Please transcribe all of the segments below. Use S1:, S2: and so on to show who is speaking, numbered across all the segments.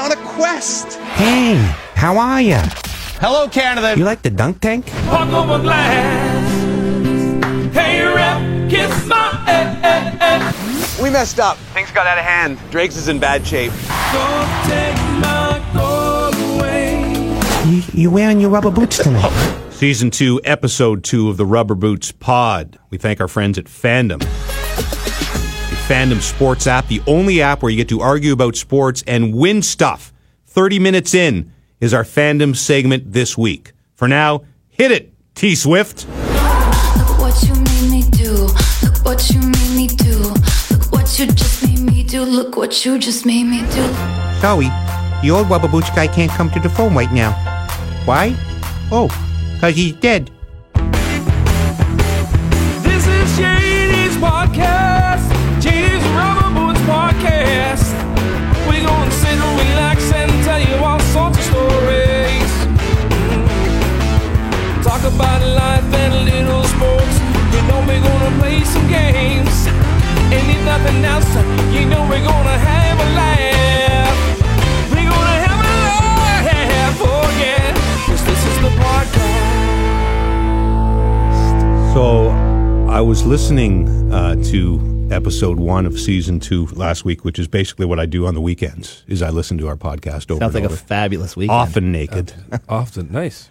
S1: on a quest.
S2: Hey, how are ya?
S1: Hello, Canada.
S2: You like the dunk tank?
S3: Pop up a glass. Hey, rep, kiss my eh, eh, eh.
S1: We messed up. Things got out of hand. Drake's is in bad shape.
S3: Don't take my gold away.
S2: You, you wearing your rubber boots tonight?
S4: Season 2, Episode 2 of the Rubber Boots Pod. We thank our friends at Fandom. The Fandom Sports app, the only app where you get to argue about sports and win stuff. 30 minutes in is our Fandom segment this week. For now, hit it, T Swift.
S5: Look what you made me do. Look what you made me do. Look what you just made me do. Look what you just made me do.
S2: Sorry, the old rubber boots guy can't come to the phone right now. Why? Oh, because he's dead.
S3: This is Janie's podcast. Janie's Rubber Boots Podcast. We gonna sit and relax and tell you all sorts of stories. Talk about life and little sports. You know we're gonna play some games. And if nothing else, you know we're gonna have a laugh. We're gonna have a laugh, oh yeah. 'Cause this is the podcast.
S4: So I was listening uh, to episode one of season two last week, which is basically what I do on the weekends, is I listen to our podcast over
S6: Sounds like
S4: and
S6: a
S4: over.
S6: fabulous weekend.
S4: often naked.
S7: Often. Nice.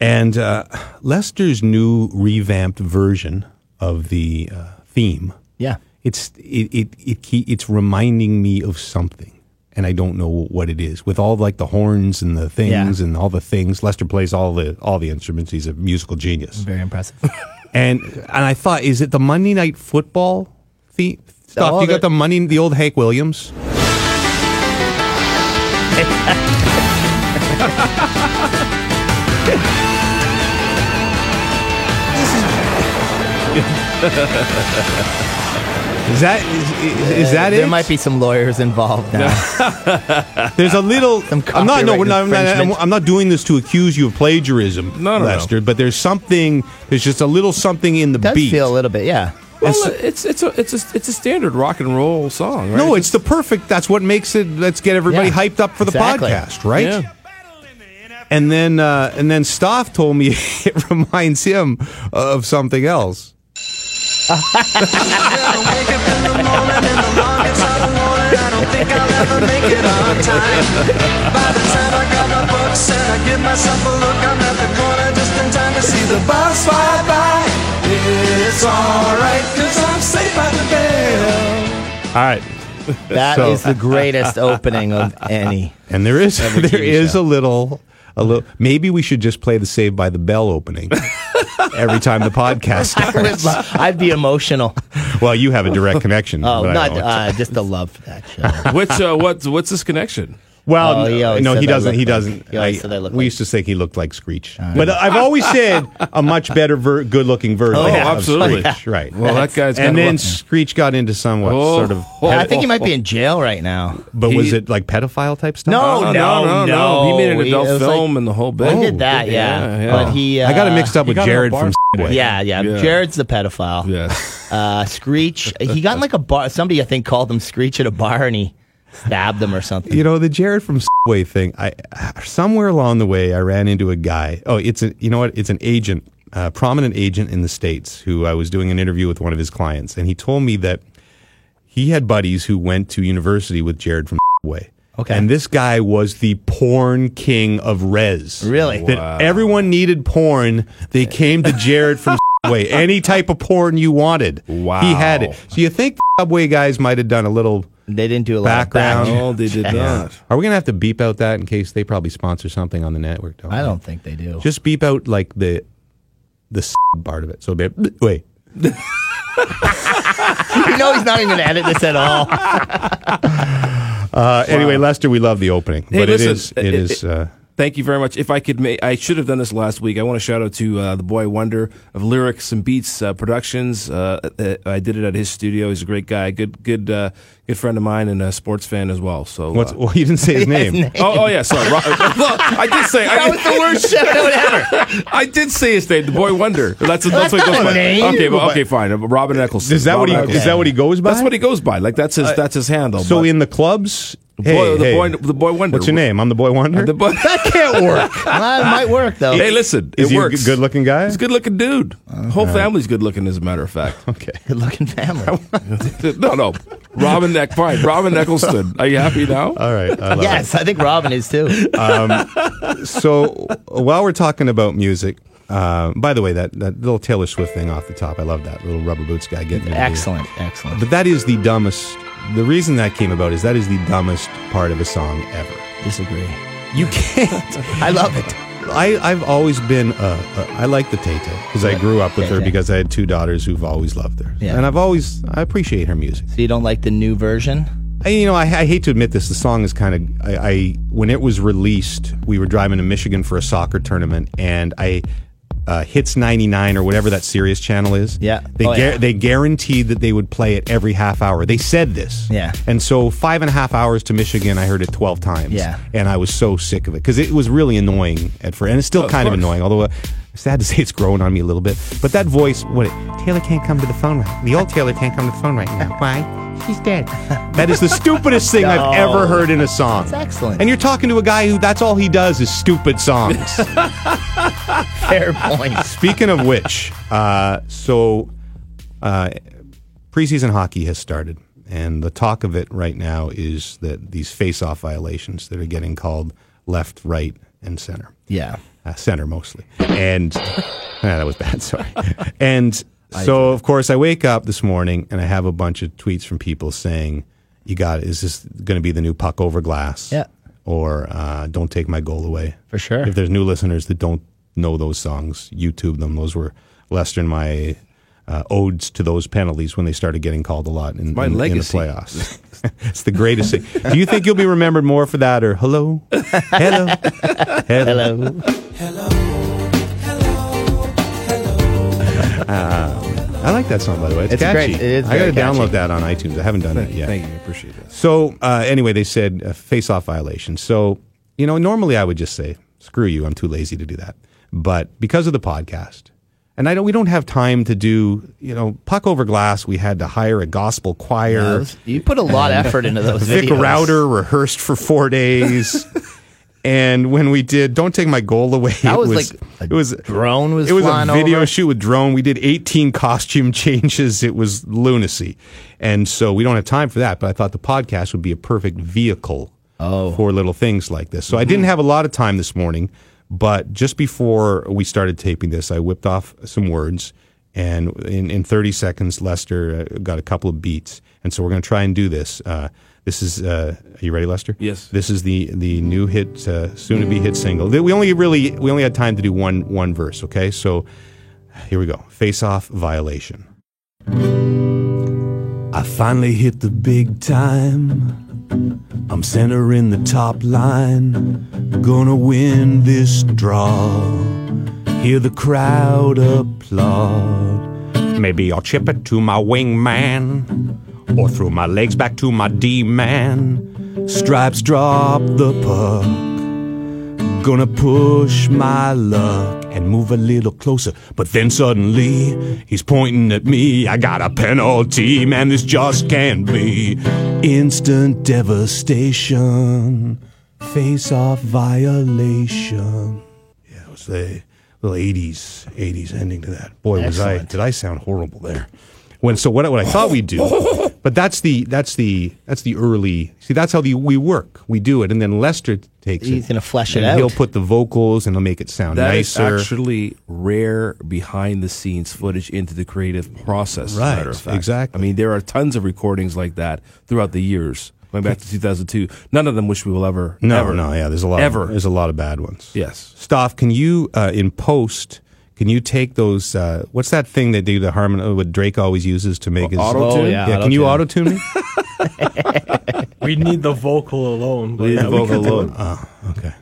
S4: And uh, Lester's new revamped version of the uh, theme,
S6: Yeah.
S4: it's it, it it ke- it's reminding me of something, and I don't know what it is. With all like the horns and the things
S6: Yeah.
S4: and all the things, Lester plays all the all the instruments. He's a musical genius,
S6: Very impressive.
S4: and and I thought, is it the Monday Night Football theme stuff?
S6: Oh,
S4: you got
S6: the-
S4: the money, the old Hank Williams. Is that is, is, is that
S6: Uh, there
S4: it?
S6: might be some lawyers involved now.
S4: There's a little.
S6: Some
S4: I'm not. No,
S6: copyright
S4: we're not- I'm not, I'm,
S6: infringement.
S4: I'm not doing this to accuse you of plagiarism,
S7: No, no, no.
S4: Lester. But there's something. There's just a little something in the
S6: Does
S4: beat.
S6: feel a little bit, yeah.
S7: Well, it's it's a it's a it's a standard rock and roll song, right?
S4: no, it's the perfect. That's what makes it. Let's get everybody
S6: Yeah,
S4: hyped up for the
S6: exactly.
S4: podcast, right?
S7: Yeah.
S4: And then, uh, and then Stoff told me it reminds him of something else.
S3: bus fly by. It's alright, cause I'm safe by the bell.
S4: All right,
S6: That is
S4: So-
S6: the greatest opening of any.
S4: and there is
S6: Every
S4: there
S6: TV
S4: is
S6: show.
S4: a little a little. Maybe we should just play the Save by the Bell opening every time the podcast starts.
S6: I'd be emotional.
S4: well, you have a direct connection.
S6: Oh,
S4: but I
S6: not
S4: don't.
S6: uh, just the love for that show.
S7: Which uh, what's what's this connection?
S4: Well,
S6: Oh, he always
S4: no,
S6: said
S4: he
S6: I
S4: doesn't.
S6: look
S4: He
S6: like-
S4: doesn't.
S6: he always
S4: I-
S6: said I look
S4: we
S6: like- Uh,
S4: used to think he looked like Screech, but I've always said a much better, ver- good-looking version.
S7: Oh,
S4: of
S7: absolutely.
S4: Screech, right.
S7: Well, that guy's got
S4: and
S7: a
S4: then
S7: look.
S4: Screech got into somewhat
S7: Oh,
S4: sort of,
S7: oh,
S6: I think he might be in jail right now.
S4: but was
S7: he-
S4: it like pedophile type stuff?
S6: No, no, no.
S7: He made an adult
S6: It was
S7: film
S6: like-
S7: and the whole bit. Oh,
S6: I did that, yeah.
S7: yeah, yeah.
S6: But he, uh,
S4: I got it mixed up with
S7: got in a
S4: Jared
S7: bar
S4: from
S7: fight.
S4: Subway.
S6: Yeah, yeah,
S7: Yeah.
S6: Jared's the pedophile.
S7: Yes.
S6: Uh, Screech. He got in like a bar. Somebody I think called him Screech at a bar, and he stabbed him or something.
S4: You know the Jared from Subway thing. I somewhere along the way I ran into a guy. Oh, it's a you know what? It's an agent, a prominent agent in the states who I was doing an interview with one of his clients, and he told me that he had buddies who went to university with Jared from Subway.
S6: Okay.
S4: And this guy was the porn king of res.
S6: Really?
S4: That everyone needed porn. They came to Jared from Subway. Any type of porn you wanted.
S7: Wow.
S4: He had it. So you think Subway guys might have done a little
S6: They didn't do a lot
S4: background?
S6: of background.
S7: no, they did not.
S4: Are we gonna have to beep out that in case they probably sponsor something on the network? Don't
S6: I
S4: we?
S6: don't think they do.
S4: Just beep out like the the s- part of it. So it'll be wait.
S6: you know he's not even gonna edit this at all.
S4: Uh, Anyway, Lester, we love the opening, but
S7: listen,
S4: it is it
S7: it-
S4: is. Uh,
S7: Thank you very much. If I could, ma- I should have done this last week. I want to shout out to uh, the boy Wonder of Lyrics and Beats uh, Productions. Uh, uh, I did it at his studio. He's a great guy, good, good, uh, good friend of mine, and a sports fan as well. So,
S4: what's
S7: uh,
S4: well, you didn't say his name.
S7: oh, oh yeah, sorry. Ro- well, I did say I,
S6: That was the worst show ever.
S7: I did say his name, the boy Wonder. That's that's, what
S6: That's
S7: he goes
S6: not a
S7: by.
S6: name.
S7: Okay, well, okay, fine. Robin Eccleston.
S4: Is that what he
S7: Robin
S4: is that what he goes by? Uh,
S7: That's what he goes by. Like that's his that's his handle.
S4: So
S7: but-
S4: in the clubs, Hey,
S7: boy, the
S4: hey.
S7: boy, the boy wonder.
S4: What's your name? I'm the boy wonder.
S7: The boy.
S4: that can't work.
S6: Well, it might work though.
S7: hey, listen,
S4: Is
S7: it
S4: he a
S7: works.
S4: good- good-looking guy?
S7: He's a good-looking dude. Whole family's good-looking, as a matter of fact.
S4: okay.
S6: Good looking family.
S7: no, no, Robin Neck. Fine, Robin Eccleston. Are you happy now?
S4: All right. I love it.
S6: yes, I think Robin is too.
S4: so uh, while we're talking about music, uh, by the way, that, that little Taylor Swift thing off the top, I love that little rubber boots guy getting into the-
S6: Excellent, excellent.
S4: But that is the dumbest. The reason that came about is that is the dumbest part of a song ever.
S6: Disagree.
S4: You can't.
S6: I love it.
S4: I, I've always been. Uh, uh, I like the Tay Tay because I grew up with her
S6: Tay-Tay.
S4: because I had two daughters who've always loved her,
S6: Yeah.
S4: and I've always I appreciate her music.
S6: So you don't like the new version?
S4: I, you know, I, I hate to admit this. The song is kind of. I, I when it was released, we were driving to Michigan for a soccer tournament, and I uh, hits ninety nine or whatever that Sirius channel is.
S6: Yeah.
S4: they
S6: Oh,
S4: gar-
S6: yeah.
S4: they guaranteed that they would play it every half hour. They said this.
S6: Yeah.
S4: and so five and a half hours to Michigan, I heard it twelve times.
S6: Yeah.
S4: and I was so sick of it because it was really annoying at first, and it's still
S7: Of
S4: kind of
S7: course.
S4: annoying. Although. Uh, Sad to say, it's growing on me a little bit. But that voice, what? Taylor can't come to the phone right. The old Taylor can't come to the phone right now. Why? She's dead. That is the stupidest thing I've
S6: No.
S4: ever heard in a song.
S6: That's excellent.
S4: And you're talking to a guy who that's all he does is stupid songs.
S6: Fair point.
S4: Speaking of which, uh, so uh, preseason hockey has started, and the talk of it right now is that these face-off violations that are getting called left, right, and center
S6: Yeah.
S4: uh, center mostly. And Ah, that was bad. Sorry. And so, of course, I wake up this morning and I have a bunch of tweets from people saying, "You got is this going to be the new puck over glass?"
S6: Yeah.
S4: Or uh, "Don't take my goal away."
S6: For sure.
S4: If there's new listeners that don't know those songs, YouTube them. Those were Lester and my. Uh, odes to those penalties when they started getting called a lot in,
S7: My
S4: in- in the
S7: legacy.
S4: playoffs. it's the greatest thing. Do you think you'll be remembered more for that or hello, hello, hello?
S6: Hello.
S4: Uh, I like that song, by the way. It's,
S6: It's
S4: catchy.
S6: great. It is
S4: I gotta
S6: very catchy.
S4: download that on iTunes. I haven't done that yet.
S7: Thank you, I appreciate this.
S4: So uh, anyway, they said uh, face-off violation. So you know, normally I would just say, "Screw you, I'm too lazy to do that." But because of the podcast, and I don't, we don't have time to do you know puck over glass. We had to hire a gospel choir.
S6: Uh, You put a lot of effort into those
S4: Vic
S6: videos.
S4: Router rehearsed for four days. and when we did Don't Take My Goal Away,
S6: That
S4: it
S6: was like a drone was
S4: It was a
S6: flying
S4: video
S6: over.
S4: shoot with drone. We did 18 costume changes. It was lunacy. And so we don't have time for that, but I thought the podcast would be a perfect vehicle for little things like this. So I didn't have a lot of time this morning, but just before we started taping this, I whipped off some words. And in, in 30 seconds, Lester uh, got a couple of beats. And so we're going to try and do this. Uh, this is, uh, are you ready, Lester?
S7: Yes.
S4: This is the, the new hit, uh, soon to be hit single. We only really, we only had time to do one, one verse, okay? So here we go. Face off violation.
S3: I finally hit the big time. I'm center in the top line. Gonna win this draw. Hear the crowd applaud.
S4: Maybe I'll chip it to my wingman or through my legs back to my D man.
S3: Stripes drop the puck. Gonna push my luck and move a little closer. But then suddenly, he's pointing at me. I got a penalty. Man, this just can't be. Instant devastation. Face off violation. Yeah, it was the little 80s, 80s ending to that.
S4: Boy, was I did I sound horrible there. When so what, what I thought we'd do, but that's the that's the that's the early see that's how the we work we do it and then Lester takes
S6: He's
S4: it
S6: gonna flesh it
S4: and he'll
S6: out.
S4: put the vocals and he'll make it sound
S7: That is
S4: nicer
S7: actually rare behind the scenes footage into the creative process. as a
S4: Right,
S7: matter of fact.
S4: exactly.
S7: I mean, there are tons of recordings like that throughout the years, going back to 2002. None of them which we will ever.
S4: no
S7: ever.
S4: no yeah there's a lot
S7: ever.
S4: of, there's a lot of bad ones
S7: yes.
S4: Stoff, can you uh, in post? Can you take those? Uh, what's that thing they do? The harmon uh, what Drake always uses to make his
S7: Auto-tune? Oh,
S4: Yeah,
S6: yeah,
S4: can you auto
S6: auto-tune.
S4: tune me?
S8: We need the vocal alone. But
S7: Leave the
S8: yeah, we
S7: vocal
S8: could do
S7: alone.
S4: okay,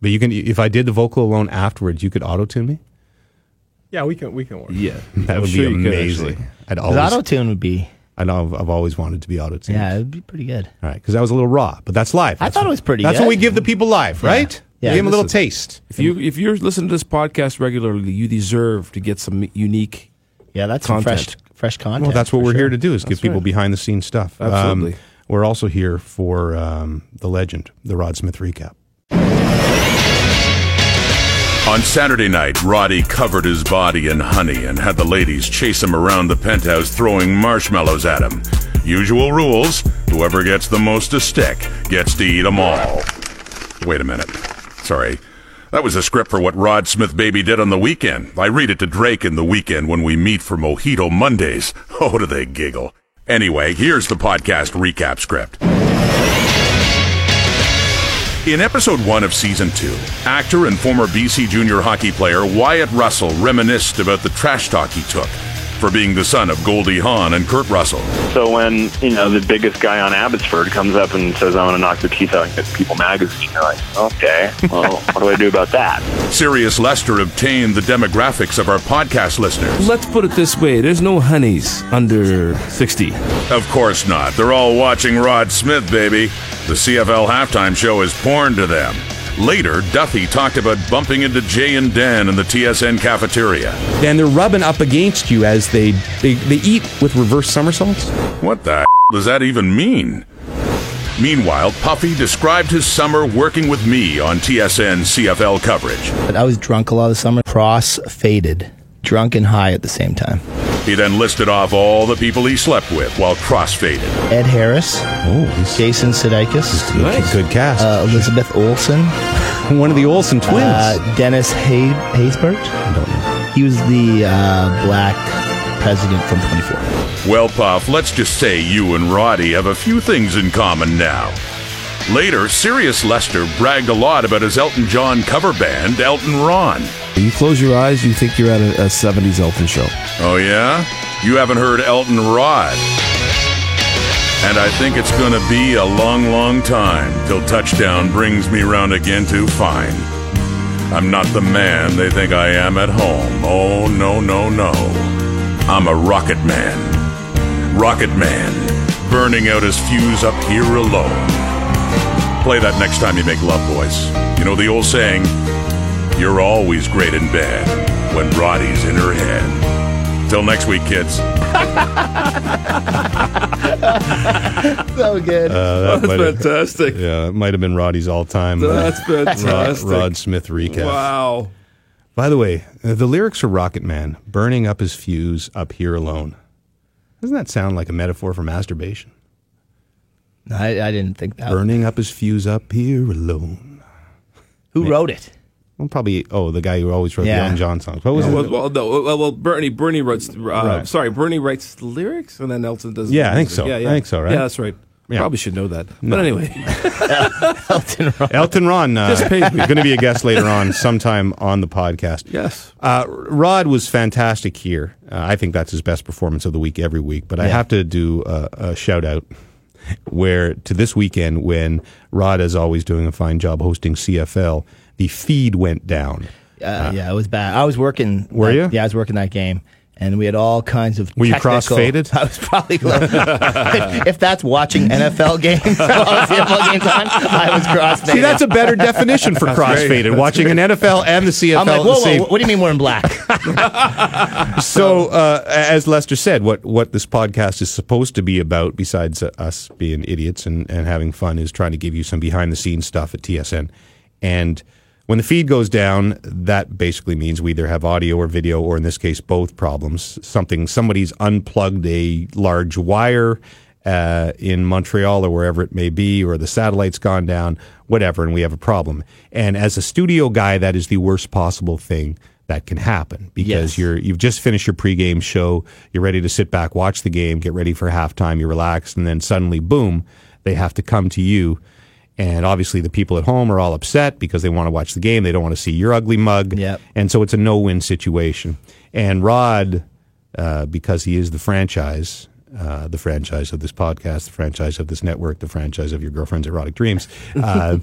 S4: but you can. If I did the vocal alone afterwards, you could auto tune me.
S8: it. Yeah, we can. We can work.
S7: Yeah,
S4: That
S7: I'm
S4: would
S7: sure
S4: be
S7: you could,
S4: amazing.
S7: actually.
S4: I'd always,
S6: Auto tune would be.
S4: I know I've, I've always wanted to be auto tuned.
S6: Yeah, it'd be pretty good.
S4: all right, because that was a little raw, but that's live.
S6: I
S4: That's
S6: thought it
S4: what-
S6: was pretty
S4: That's what
S6: good.
S4: we give the people live, right?
S6: Yeah.
S4: we give them a little
S7: Listen.
S4: taste.
S7: If you if you're listening to this podcast regularly, you deserve to get some unique.
S6: Yeah, that's some
S7: Content.
S6: fresh, fresh content.
S4: Well, that's what
S6: for
S4: we're
S6: sure.
S4: here to do is give people
S7: right.
S4: behind the scenes stuff. Um,
S7: Absolutely.
S4: We're also here for um, the legend, the Rod Smith recap.
S9: On Saturday night, Roddy covered his body in honey and had the ladies chase him around the penthouse throwing marshmallows at him. Usual rules whoever gets the most a stick gets to eat 'em all. Wait a minute. Sorry. That was a script for what Rod Smith Baby did on the weekend. I read it to Drake in the weekend when we meet for Mojito Mondays. Oh, do they giggle. Anyway, here's the podcast recap script. In episode one of season two, actor and former BC junior hockey player Wyatt Russell reminisced about the trash talk he took for being the son of Goldie Hawn and Kurt Russell.
S10: So when you know the biggest guy on Abbotsford comes up and says, "I want to knock the teeth out and get People magazine," you're like, "Okay, well, what do I do about that?"
S9: Sirius Lester obtained the demographics of our podcast listeners.
S7: Let's put it this way there's no honeys under 60.
S9: Of course not. They're all watching Rod Smith, baby. The CFL halftime show is porn to them. Later, Duffy talked about bumping into Jay and Dan in the TSN cafeteria.
S11: Then they're rubbing up against you as they they, they eat with reverse somersaults.
S9: What the does that even mean? Meanwhile, Puffy described his summer working with me on TSN CFL coverage.
S6: But I was drunk a lot of the summer. Cross faded, drunk and high at the same time.
S9: He then listed off all the people he slept with while crossfaded.
S6: Ed Harris, Jason Sudeikis,
S4: Nice. Good cast.
S6: uh, Elizabeth Olsen,
S11: One of the Olsen twins.
S6: uh, Dennis Hay- Haysbert. He was the uh, black president from 24.
S9: Well, Puff, let's just say you and Roddy have a few things in common now. Later, Sirius Lester bragged a lot about his Elton John cover band, Elton Ron.
S7: You close your eyes, you think you're at a, a 70s Elton show.
S9: Oh, yeah? You haven't heard Elton Rod. And I think it's going to be a long, long time till touchdown brings me round again to fine. I'm not the man they think I am at home. Oh, no, no, no. I'm a rocket man. Rocket man, burning out his fuse up here alone. Play that next time you make love, boys. You know the old saying, you're always great in bed when Roddy's in her head. Till next week, kids.
S6: So good.
S4: Uh, that might have-
S7: fantastic.
S4: yeah, it might have been Roddy's all-time uh,
S7: That's
S4: Rod,
S7: fantastic.
S4: Rod Smith recap.
S7: Wow.
S4: By the way, uh, the lyrics are Rocket Man burning up his fuse up here alone. Doesn't that sound like a metaphor for masturbation?
S6: No, I, I didn't think that.
S4: Burning up his fuse up here alone.
S6: Who wrote it?
S4: Well, probably oh, the guy who always wrote the
S6: Yeah.
S4: Elton John songs. What was it?
S7: Well, well, no, well, well, Bernie, Bernie writes. Uh, Sorry, Bernie writes the lyrics, and then Elton does. the
S4: Yeah, I think
S7: music.
S4: so. I think so, right?
S7: Yeah, that's right.
S4: Yeah.
S7: Probably should know that. But anyway,
S6: Elton Ron.
S4: Elton Ron uh, is
S7: Just pay me.
S4: going to be a guest later on, sometime on the podcast.
S7: yes.
S4: Uh, Rod was fantastic here. Uh, I think that's his best performance of the week every week. But I have to do a, a shout out where to this weekend when Rod is always doing a fine job hosting CFL. The feed went down.
S6: Uh, yeah, it was bad. I was working.
S4: Were
S6: that-
S4: you?
S6: Yeah, I was working that game, and we had all kinds of.
S4: Were you
S6: technical-
S4: cross-faded?
S6: I was probably. if, if that's watching NFL games, on CFL games on, I was cross-faded.
S4: See, that's a better definition for crossfaded. Watching an NFL and the CFL
S6: I'm like,
S4: at the
S6: whoa,
S4: same
S6: whoa, what do you mean we're in black?
S4: So, uh, as Lester said, what, what this podcast is supposed to be about, besides uh, us being idiots and, and having fun, is trying to give you some behind the scenes stuff at TSN. And when the feed goes down, that basically means we either have audio or video, or in this case, both problems. Something somebody's unplugged a large wire uh, in Montreal or wherever it may be, or the satellite's gone down, whatever, and we have a problem. And as a studio guy, that is the worst possible thing that can happen because
S6: Yes.
S4: you're you've just finished your pregame show, you're ready to sit back, watch the game, get ready for halftime, you're relaxed, and then suddenly, boom, they have to come to you. And obviously, the people at home are all upset because they want to watch the game. They don't want to see your ugly mug.
S6: Yep.
S4: And so it's a no win situation. And Rod, uh, because he is the franchise, uh, the franchise of this podcast, the franchise of this network, the franchise of your girlfriend's erotic dreams, uh,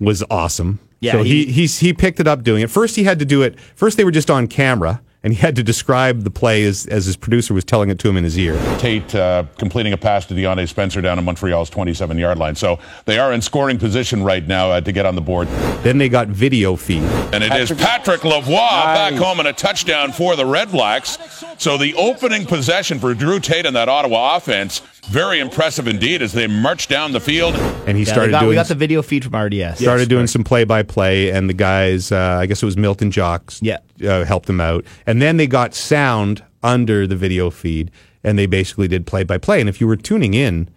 S4: was awesome.
S6: Yeah,
S4: so he,
S6: he-
S4: he's, he picked it up doing it. First, he had to do it. First, they were just on camera, and he had to describe the play as, as his producer was telling it to him in his ear.
S9: Tate uh, completing a pass to Deontay Spencer down in Montreal's 27 yard line. So they are in scoring position right now uh, to get on the board.
S4: Then they got video feed.
S9: And it is Patrick Lavoie back home and a touchdown for the Red Blacks.
S12: So the opening possession for Drew Tate and that Ottawa offense, very impressive indeed as they marched down the field.
S4: And he
S6: Yeah, they
S4: started
S6: got-
S4: doing
S6: We got the video feed from RDS.
S4: started doing some play by play, and the guys, uh, I guess it was Milton Jocks, yeah. uh, helped them out. And then they got sound under the video feed, and they basically did play by play. And if you were tuning in,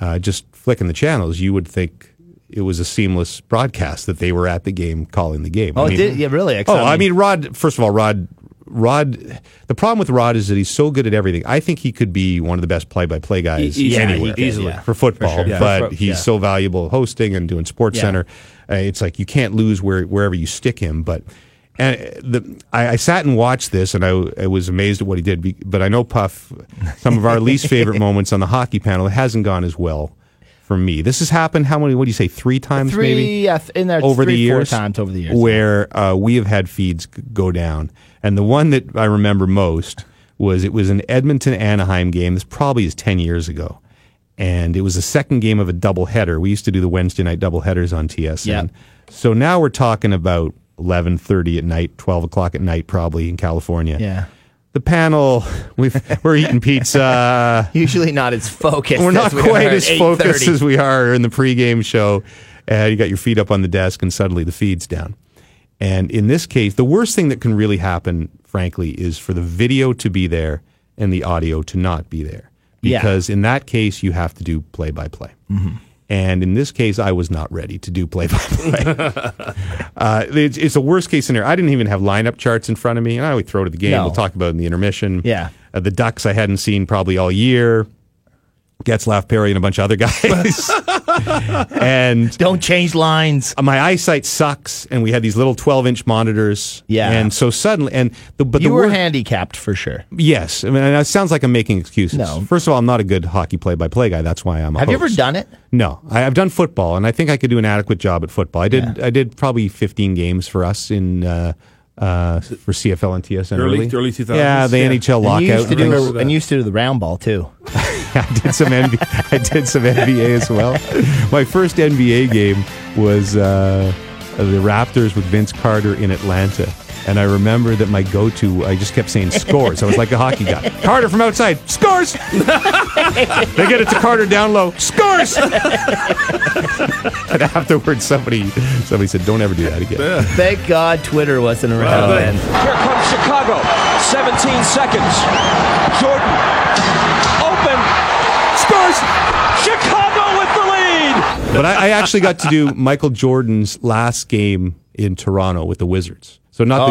S4: uh, just flicking the channels, you would think it was a seamless broadcast that they were at the game calling the game.
S6: Oh, it did- yeah, really, 'cause
S4: Oh,
S6: I
S4: I mean, Rod. First of all, Rod. Rod, the problem with Rod is that he's so good at everything. I think he could be one of the best play-by-play guys
S7: E- easily.
S4: anywhere,
S7: Yeah, he- easily.
S4: for football.
S7: For sure. Yeah.
S4: But
S7: For-
S4: he's
S7: yeah.
S4: so valuable hosting and doing Sports
S7: Yeah.
S4: Center. Uh, it's like you can't lose where wherever you stick him. But and uh, the I, I sat and watched this, and I, w- I was amazed at what he did. be- But I know Puff, some of our least favorite moments on the hockey panel, it hasn't gone as well for me. This has happened. How many? What do you say? Three times?
S6: Three,
S4: maybe
S6: yeah, th- in there
S4: over
S6: three,
S4: the years,
S6: four times over the years.
S4: where uh, we have had feeds g- go down. And the one that I remember most was it was an Edmonton Anaheim game. This probably is 10 years ago. And it was the second game of a doubleheader. We used to do the Wednesday night doubleheaders on TSN.
S6: Yeah.
S4: So now we're talking about 11.30 at night, 12 o'clock at night probably in California.
S6: Yeah.
S4: The panel, we've, we're eating pizza.
S6: Usually not as focused.
S4: We're not
S6: as we
S4: quite
S6: are at
S4: as focused
S6: 8:30.
S4: as we are in the pregame show. And you got your feet up on the desk, and suddenly the feed's down. And in this case, the worst thing that can really happen, frankly, is for the video to be there and the audio to not be there.
S6: Yeah. Mm-hmm.
S4: Because in that case, you have to do play by play. And in this case, I was not ready to do play by play. It's it's a worst case scenario. I didn't even have lineup charts in front of me, and I would throw to the game.
S6: No.
S4: We'll talk about it in the intermission.
S6: Yeah.
S4: Uh, the Ducks I hadn't seen probably all year. Getzlaff Perry and a bunch of other guys. and
S6: don't change lines.
S4: My eyesight sucks, and we had these little twelve-inch monitors.
S6: Yeah.
S4: and so suddenly, and the but
S6: you
S4: the
S6: were
S4: wor-
S6: handicapped for sure.
S4: Yes, I mean, and it sounds like I'm making excuses.
S6: No.
S4: First of all, I'm not a good hockey play-by-play guy. That's why I'm. A
S6: Have you ever
S4: host.
S6: done it?
S4: No, I, I've done football, and I think I could do an adequate job at football. I did. I did probably 15 games for us in uh, uh, for CFL and TSN
S7: Early-
S4: early,
S7: early 2000s.
S4: Yeah, the
S7: Yeah.
S4: NHL
S7: And
S4: lockout.
S7: you used to
S6: do
S4: things.
S6: the- and you used to do the round ball too.
S4: I did some NBA, I did some NBA as well. My first NBA game was uh, the Raptors with Vince Carter in Atlanta. And I remember that my go-to, I just kept saying scores. I was like a hockey guy. Carter from outside scores. they get it to Carter down low scores. and afterwards, somebody somebody said, "Don't ever do that again."
S6: Thank God Twitter wasn't around then.
S3: Here comes Chicago. 17 seconds. Jordan. Open. Scores. Chicago with the lead.
S4: but I, I actually got to do Michael Jordan's last game in Toronto with the Wizards. So not the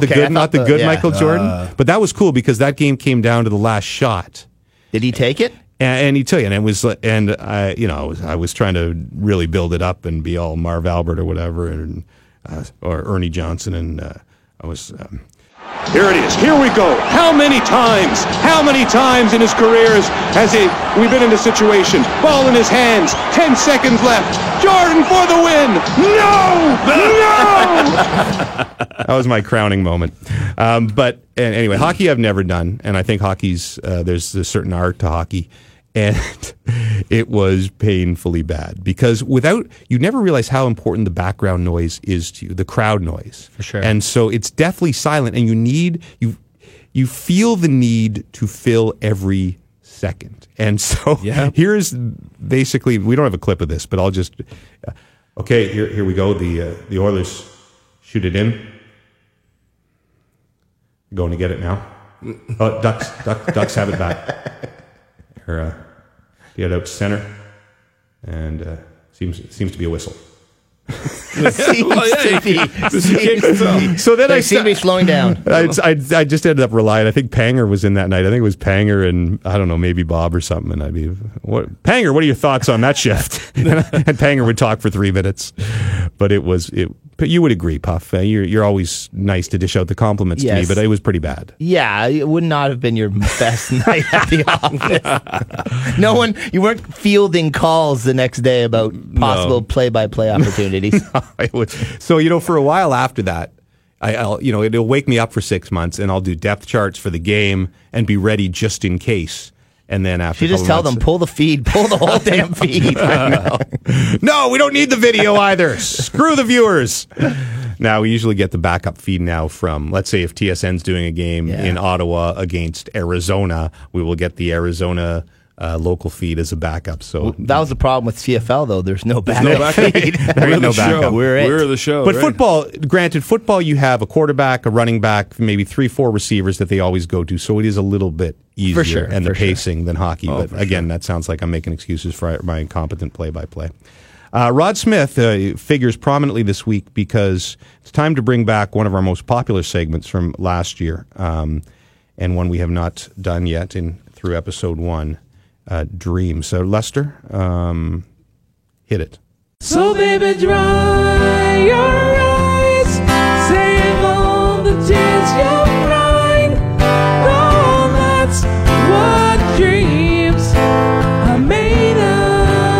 S4: good, not
S6: okay.
S4: the
S6: I
S4: good,
S6: thought
S4: not the
S6: the-
S4: good
S6: yeah.
S4: Michael Jordan.
S6: Uh.
S4: but that was cool because that game came down to the last shot.
S6: Did he take it?
S4: And, and he took it. And it was like- and I you know I was, I was trying to really build it up and be all Marv Albert or whatever and uh, or Ernie Johnson and uh, I was. Um, here it is. Here we go. How many times? How many times in his careers has he? We've been in a situation. Ball in his hands. Ten seconds left. Jordan for the win. No! No! that was my crowning moment. Um, but and anyway, hockey I've never done, and I think hockey's uh, there's a certain art to hockey, and it was painfully bad because without you never realize how important the background noise is to you, the crowd noise for
S6: sure.
S4: And so it's deathly silent, and you need you you feel the need to fill every second. And so here's basically we don't have a clip of this, but I'll just uh, okay. Here here we go. The uh, the Oilers shoot it in. Going to get it now. Oh, ducks, duck, ducks have it back. Or, uh, get it out to center, and uh, seems seems to be a whistle. So then I
S6: they seem to be slowing down.
S4: I, I, I just ended up relying. I think Panger was in that night. I think it was Panger and I don't know maybe Bob or something. And I'd be what Panger. What are your thoughts on that shift? and, Panger would talk for three minutes, but it was it. But you would agree, Puff. Uh, you're you're always nice to dish out the compliments to me,
S6: Yes.
S4: but it was pretty bad.
S6: Yeah, it would not have been your best night at the office. No one, you weren't fielding calls the next day about possible play-by-play opportunities.
S4: it was, so you know, for a while after that, I, I'll you know it'll wake me up for six months, and I'll do depth charts for the game and be ready just in case. And then after,
S6: You
S4: a
S6: just
S4: couple
S6: tell them
S4: months-
S6: pull the feed, pull the whole damn feed.
S4: I know. no, we don't need the video either. Screw the viewers. Now we usually get the backup feed now from let's say if TSN's doing a game
S13: Yeah.
S4: in Ottawa against Arizona, we will get the Arizona uh, local feed as a backup. So
S6: That was the problem with CFL though. There's no
S4: There's
S6: backup.
S4: no backup. there ain't no backup.
S6: We're it.
S4: But football, granted, football you have a quarterback, a running back, maybe three, four receivers that they always go to, so it is a little bit easier
S6: sure,
S4: and the
S6: for sure.
S4: pacing than hockey.
S6: Oh,
S4: but
S6: for
S4: again, that sounds like I'm making excuses for my incompetent play-by-play. Uh, Rod Smith uh, figures prominently this week because it's time to bring back one of our most popular segments from last year, um, and one we have not done yet in through episode one, uh, Dream. So Lester, um, hit it.
S3: So baby, dry your eyes, save all the tears you've cried. Oh, that's what dreams are made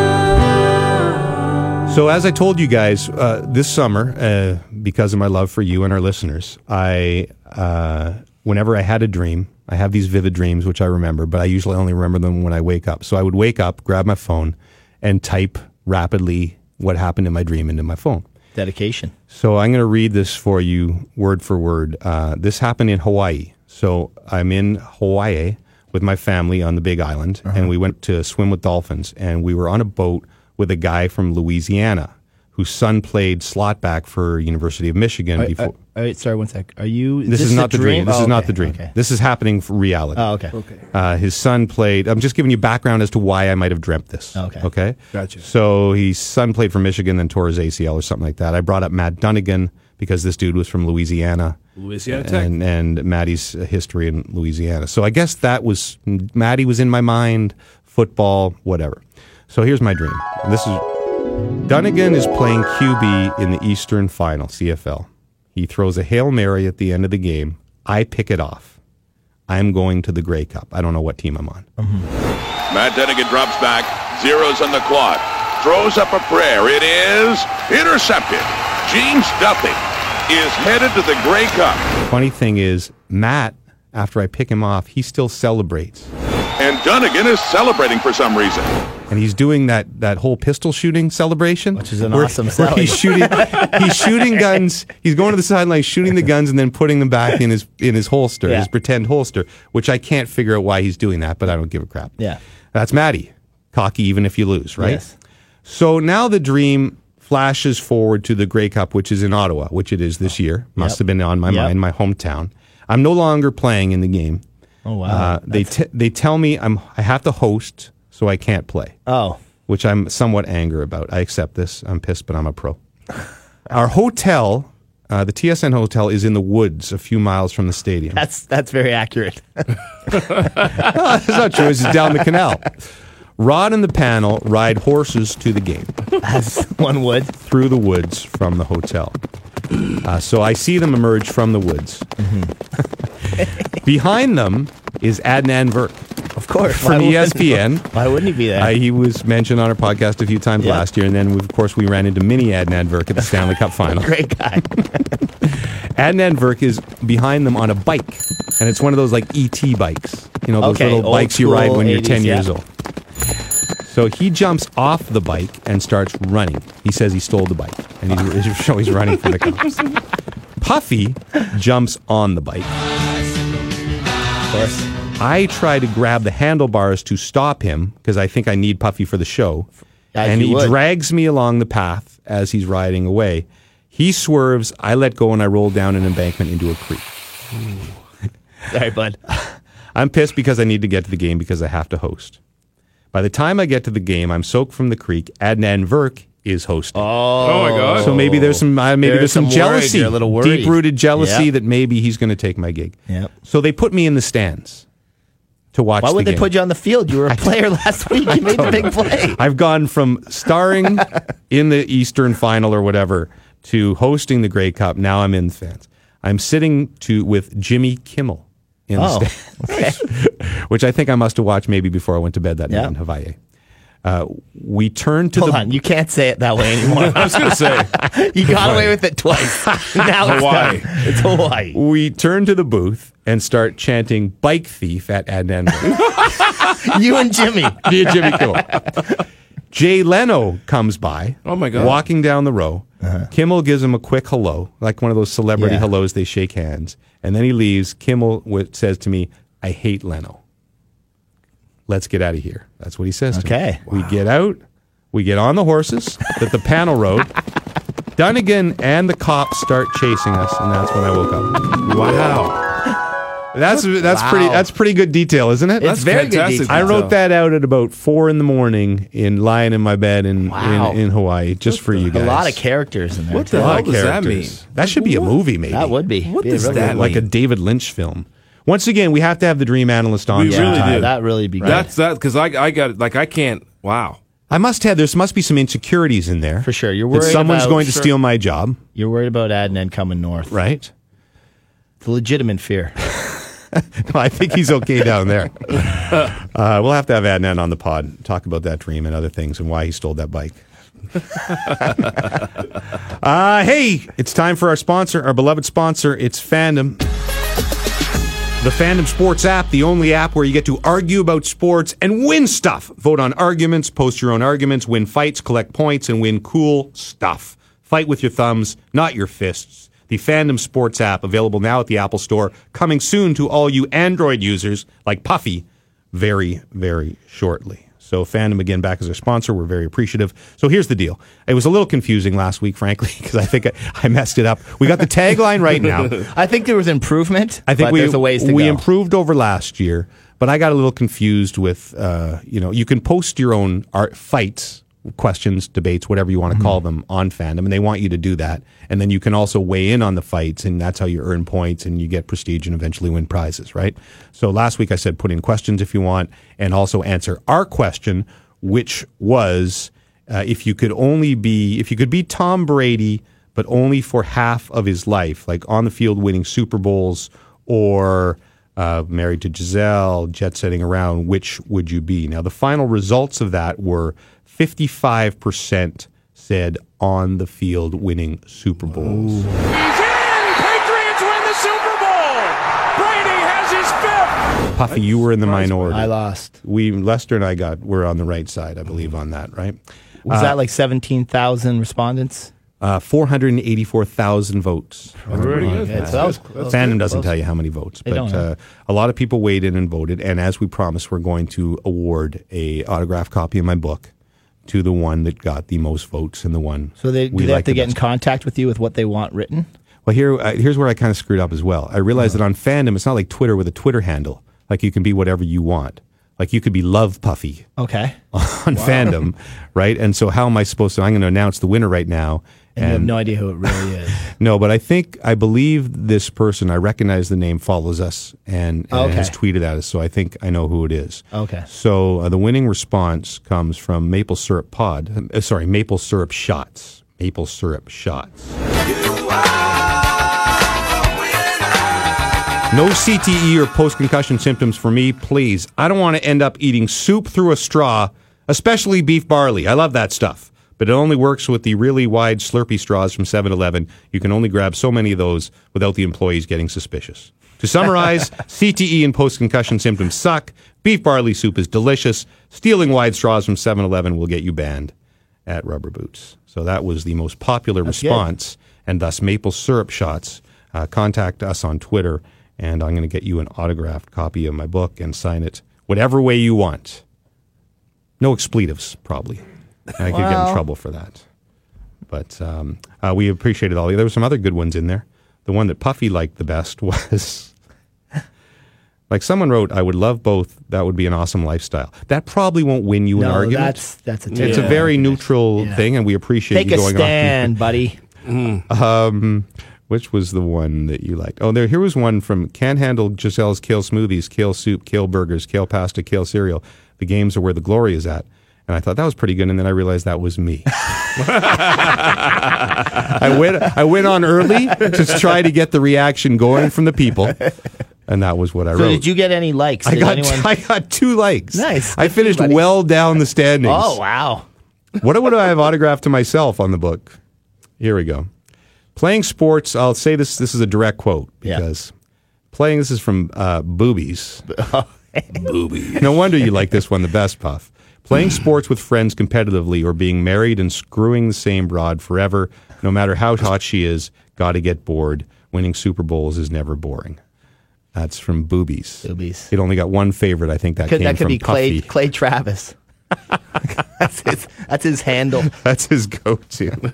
S3: of.
S4: So, as I told you guys uh, this summer, uh, because of my love for you and our listeners, I, uh, whenever I had a dream, I have these vivid dreams which I remember, but I usually only remember them when I wake up. So, I would wake up, grab my phone, and type rapidly what happened in my dream into my phone.
S6: Dedication.
S4: So I'm going to read this for you word for word. Uh, this happened in Hawaii. So I'm in Hawaii with my family on the Big Island,
S6: Uh-huh.
S4: and we went to swim with dolphins. And we were on a boat with a guy from Louisiana whose son played slot back for University of Michigan.
S6: All right,
S4: before
S6: all right, sorry, one sec. Are you?
S4: this, is
S6: a
S4: not the dream. This
S6: Oh,
S4: is not
S6: okay,
S4: the dream.
S6: Okay.
S4: This is happening for reality.
S6: Oh, okay. Okay.
S4: Uh, his son played. I'm just giving you background as to why I might have dreamt this.
S6: Okay.
S4: Okay.
S7: Gotcha.
S4: So his son played for Michigan, then tore his ACL or something like that. I brought up Matt Dunnigan because this dude was from Louisiana.
S7: Louisiana Tech.
S4: And, and Maddie's history in Louisiana. So I guess that was Maddie was in my mind, football, whatever. So here's my dream. This is Dunnigan is playing QB in the Eastern Final, CFL. He throws a Hail Mary at the end of the game. I pick it off. I'm going to the Grey Cup. I don't know what team I'm on.
S12: Matt Denigan drops back, zeros on the clock, throws up a prayer. It is intercepted. James Duffy is headed to the Grey Cup.
S4: Funny thing is, Matt, after I pick him off, he still celebrates.
S12: And Dunnigan is celebrating for some reason.
S4: And he's doing that, that whole pistol shooting celebration. Which is
S6: an awesome
S4: where he's shooting he's shooting guns. He's going to the sideline, shooting the guns, and then putting them back in his in his holster,
S6: Yeah.
S4: his pretend holster, which I can't figure out why he's doing that, but I don't give a crap.
S6: Yeah.
S4: That's Maddie. Cocky even if you lose, right?
S6: Yes.
S4: So now the dream flashes forward to the Grey Cup, which is in Ottawa, which it is this year. Must
S6: Oh. Yep.
S4: have been on my
S6: Yep.
S4: mind, my hometown. I'm no longer playing in the game.
S6: Oh wow.
S4: Uh, they t- they tell me I'm I have to host, so I can't play.
S6: Oh,
S4: which I'm somewhat angry about. I accept this. I'm pissed, but I'm a pro. Our hotel, uh, the TSN hotel, is in the woods, a few miles from the stadium.
S6: that's that's very accurate.
S4: That's not true. It's down the canal. Rod and the panel ride horses to the game.
S6: As one would.
S4: Through the woods from the hotel. Uh, so I see them emerge from the woods.
S6: Mm-hmm.
S4: Behind them is Adnan Virk.
S6: Of course.
S4: From E
S6: Why wouldn't-
S4: ESPN.
S6: Why wouldn't he be there?
S4: Uh, he was mentioned on our podcast a few times
S6: Yeah.
S4: last year, and then, of course, we ran into mini Adnan Virk at the Stanley Cup final.
S6: Great guy.
S4: Adnan Virk is behind them on a bike, and it's one of those like ET bikes, you know, those
S6: Okay,
S4: little
S6: old
S4: bikes you ride
S6: school
S4: when you're 10
S6: 80s, yeah.
S4: years old. So he jumps off the bike and starts running. He says he stole the bike, and he's, he's- so he's running from the cops. Puffy jumps on the bike. I try to grab the handlebars to stop him because I think I need Puffy for the show.
S6: As
S4: and
S6: you
S4: he
S6: would.
S4: drags me along the path as he's riding away. He swerves, I let go, and I roll down an embankment into a creek.
S6: Sorry, bud.
S4: I'm pissed because I need to get to the game because I have to host. By the time I get to the game, I'm soaked from the creek. Adnan Virk is hosting.
S6: Oh, my God.
S4: So maybe there's some uh, maybe
S6: There's
S4: there's, some,
S6: some worry
S4: jealousy,
S6: there, a little worry.
S4: deep-rooted jealousy
S6: Yeah.
S4: that maybe he's going to take my gig.
S6: Yep.
S4: So they put me in the stands to watch.
S6: Why
S4: the
S6: would they
S4: game.
S6: put you on the field? You were a player last week. You made the big play.
S4: I've gone from starring in the Eastern Final or whatever to hosting the Grey Cup. Now I'm in fans. I'm sitting to with Jimmy Kimmel in
S6: Oh,
S4: the stands, which I think I must have watched maybe before I went to bed that night
S6: Yeah.
S4: in Hawaii. Uh, we turned to
S6: Hold
S4: the.
S6: on, you can't say it that way anymore.
S4: I was gonna say.
S6: you got away with it twice. Now it's
S4: Hawaii.
S6: not. It's Hawaii.
S4: We turn to the booth and start chanting "Bike Thief" at Adnan. Moore.
S6: you and Jimmy.
S4: Me and Jimmy Kimmel. Jay Leno comes by.
S7: Oh my God. Uh-huh.
S4: Walking down the row. Kimmel gives him a quick hello, like one of those celebrity
S7: Yeah.
S4: hellos. They shake hands, and then he leaves. Kimmel wi- says to me, "I hate Leno. Let's get out of here." That's what he says. Okay. To me. We get out. We get on the horses that the panel rode. Dunnigan and the cops start chasing us, and that's when I woke up. Wow. That's that's
S7: Wow.
S4: pretty that's pretty good detail, isn't it?
S7: It's That's very good fantastic detail.
S4: I wrote that out at about four in the morning, in lying in my bed in in, in Hawaii, just for you guys.
S6: A lot of characters in there.
S4: What the hell does that mean? That should be a movie, maybe.
S6: That would be. What
S4: Like- Like a David Lynch film. Once again, we have to have the dream analyst on.
S7: We really do.
S4: That really be
S7: That's that because I I got like I can't. Wow.
S4: I must have. There's must be some insecurities in there for sure. You're
S6: worried
S4: someone's
S6: about-
S4: going to
S6: Sure.
S4: steal my job.
S6: You're worried about Adnan coming north.
S4: Right.
S6: The legitimate fear.
S4: No, I think he's okay down there. Uh, we'll have to have Adnan on the pod and talk about that dream and other things and why he stole that bike. uh, hey, it's time for our sponsor, our beloved sponsor. It's Fandom. The Fandom Sports app, the only app where you get to argue about sports and win stuff. Vote on arguments, post your own arguments, win fights, collect points, and win cool stuff. Fight with your thumbs, not your fists. The Fandom Sports app, available now at the Apple Store, coming soon to all you Android users like Puffy, very, very shortly. So, Fandom again back as our sponsor. We're very appreciative. So, here's the deal. It was a little confusing last week, frankly, because I think I, I messed it up. We got the tagline right now.
S6: I think there was improvement.
S4: I think
S6: but
S4: we,
S6: there's a ways to
S4: we
S6: go.
S4: improved over last year, but I got a little confused with, uh, you know, you can post your own art fights, questions, debates, whatever you want to call them on fandom, and they want you to do that. And then you can also weigh in on the fights, and that's how you earn points and you get prestige and eventually win prizes, right? So last week I said put in questions if you want and also answer our question, which was uh, if you could only be, if you could be Tom Brady, but only for half of his life, like on the field winning Super Bowls or uh, married to Giselle, jet setting around, which would you be? Now, the final results of that were 55% said on the field winning Super Bowls.
S3: Patriots win the Super Bowl. Brady has his fifth.
S4: Puffy, you were in the minority.
S6: I lost.
S4: We Lester and I got were on the right side, I believe, on that, right?
S6: Was
S4: Uh,
S6: that like 17,000 respondents?
S4: Uh, 484,000 votes.
S6: Pretty good. Yeah, so that was close.
S4: Fandom
S6: Close.
S4: doesn't tell you how many votes,
S6: They
S4: but
S6: don't, huh?
S4: uh, a lot of people weighed in and voted. And as we promised, we're going to award a autographed copy of my book to the one that got the most votes and the one.
S6: So they, do
S4: we
S6: they have
S4: like
S6: to
S4: the
S6: get
S4: best.
S6: in contact with you with what they want written?
S4: Well, here uh, here's where I kind of screwed up as well. I realized that on
S6: Uh-huh.
S4: fandom, it's not like Twitter with a Twitter handle. Like you can be whatever you want. Like you could be Love Puffy
S6: Okay.
S4: on fandom, right? And so how am I supposed to? I'm going to announce the winner right now.
S6: And you have no idea who it really is.
S4: No, but I think I believe this person. I recognize the name follows us and, and
S6: Okay.
S4: has tweeted at us, so I think I know who it is.
S6: Okay.
S4: So uh, the winning response comes from Maple Syrup Pod. Uh, sorry, Maple Syrup Shots. Maple Syrup Shots. No CTE or post concussion symptoms for me, please. I don't want to end up eating soup through a straw, especially beef barley. I love that stuff. But it only works with the really wide Slurpee straws from 7 Eleven. You can only grab so many of those without the employees getting suspicious. To summarize, CTE and post concussion symptoms suck. Beef barley soup is delicious. Stealing wide straws from 7 Eleven will get you banned at Rubber Boots. So that was the most popular
S6: good.
S4: response, and thus maple syrup shots. Uh, contact us on Twitter, and I'm going to get you an autographed copy of my book and sign it whatever way you want. No expletives, probably. I could get
S6: Well.
S4: in trouble for that. But um, uh, we appreciated all. There were some other good ones in there. The one that Puffy liked the best was like someone wrote, "I would love both. That would be an awesome lifestyle." That probably won't win you an
S6: No,
S4: argument.
S6: that's- that's a
S4: it's a
S6: terrible
S4: very neutral thing, and we appreciate
S6: Take
S4: you
S6: a
S4: going
S6: stand, buddy.
S4: off. Um, which was the one that you liked? Oh, there. Here was one from Can't Handle Giselle's Kale Smoothies, Kale Soup, Kale Burgers, Kale Pasta, Kale Cereal. The games are where the glory is at. And I thought that was pretty good, and then I realized that was me. I went I went on early to try to get the reaction going from the people, and that was what I
S6: So
S4: wrote.
S6: did you get any likes?
S4: I
S6: Did
S4: got
S6: anyone-
S4: I got two likes.
S6: Nice.
S4: I finished well down the standings.
S6: Oh, wow.
S4: what would I have autographed to myself on the book? Here we go. Playing sports. I'll say this. This is a direct quote because playing. This is from uh, Boobies. Boobies. No wonder you like this one the best, Puff. Playing sports with friends competitively or being married and screwing the same broad forever, no matter how hot she is, gotta get bored. Winning Super Bowls is never boring. That's from Boobies. Boobies. It only got one favorite. I think that
S6: Could,
S4: came
S6: that could
S4: from
S6: be Clay,
S4: Puffy.
S6: Clay Travis. that's, his, that's his handle.
S4: That's his go-to.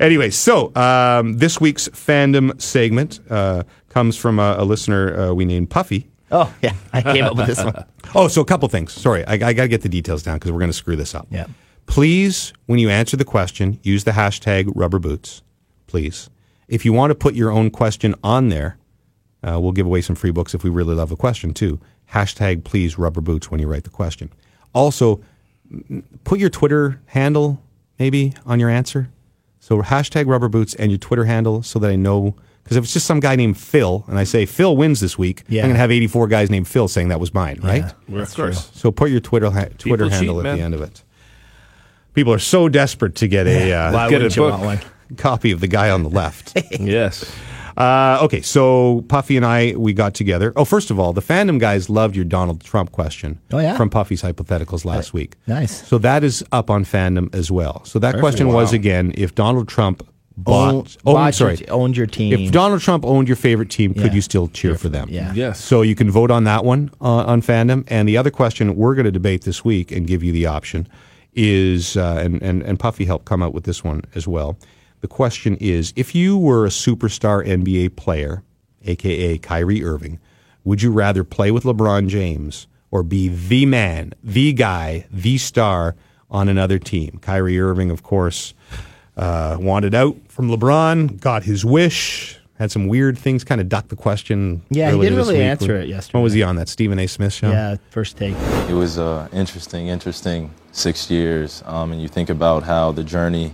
S4: anyway, so um, this week's fandom segment uh, comes from a, a listener uh, we named Puffy.
S6: Oh, yeah. I came up with this one.
S4: Oh, so a couple things. Sorry, I, I got to get the details down because we're going to screw this up.
S6: Yeah.
S4: Please, when you answer the question, use the hashtag rubber boots. Please. If you want to put your own question on there, uh, we'll give away some free books if we really love a question, too. Hashtag please rubber boots when you write the question. Also, m- put your Twitter handle maybe on your answer. So hashtag rubber boots and your Twitter handle so that I know. Because if it's just some guy named Phil and I say Phil wins this week,
S7: Yeah.
S4: I'm going to have 84 guys named Phil saying that was mine, right?
S7: Of course.
S4: So put your Twitter ha- Twitter
S7: People cheat,
S4: handle at
S7: man.
S4: the end of it. People are so desperate to get a
S7: Yeah,
S4: uh,
S7: why
S4: get a
S7: wouldn't you want one?
S4: copy of the guy on the left.
S7: yes.
S4: Uh, okay, so Puffy and I we got together. Oh, first of all, the fandom guys loved your Donald Trump question.
S6: Oh, yeah?
S4: from Puffy's hypotheticals last week.
S6: Nice.
S4: So that is up on fandom as well. So that
S6: Perfect.
S4: question was
S6: Wow.
S4: again if Donald Trump
S6: Own-
S4: bought oh,
S6: bought
S4: sorry
S6: your- owned your team.
S4: If Donald Trump owned your favorite team, could
S6: Yeah.
S4: you still cheer for them?
S6: Yeah.
S7: Yes.
S4: So you can vote on that one uh, on fandom. And the other question we're going to debate this week and give you the option is, uh, and, and, and Puffy helped come out with this one as well. The question is if you were a superstar NBA player, AKA Kyrie Irving, would you rather play with LeBron James or be the man, the guy, the star on another team? Kyrie Irving, of course, uh, wanted out from LeBron, got his wish, had some weird things, kind of ducked the question.
S6: Yeah, he
S4: earlier
S6: didn't
S4: this
S6: really
S4: week.
S6: answer it yesterday.
S4: When was he on that Stephen A. Smith show?
S6: Yeah, first take.
S13: It was uh, interesting, interesting six years, um, and you think about how the journey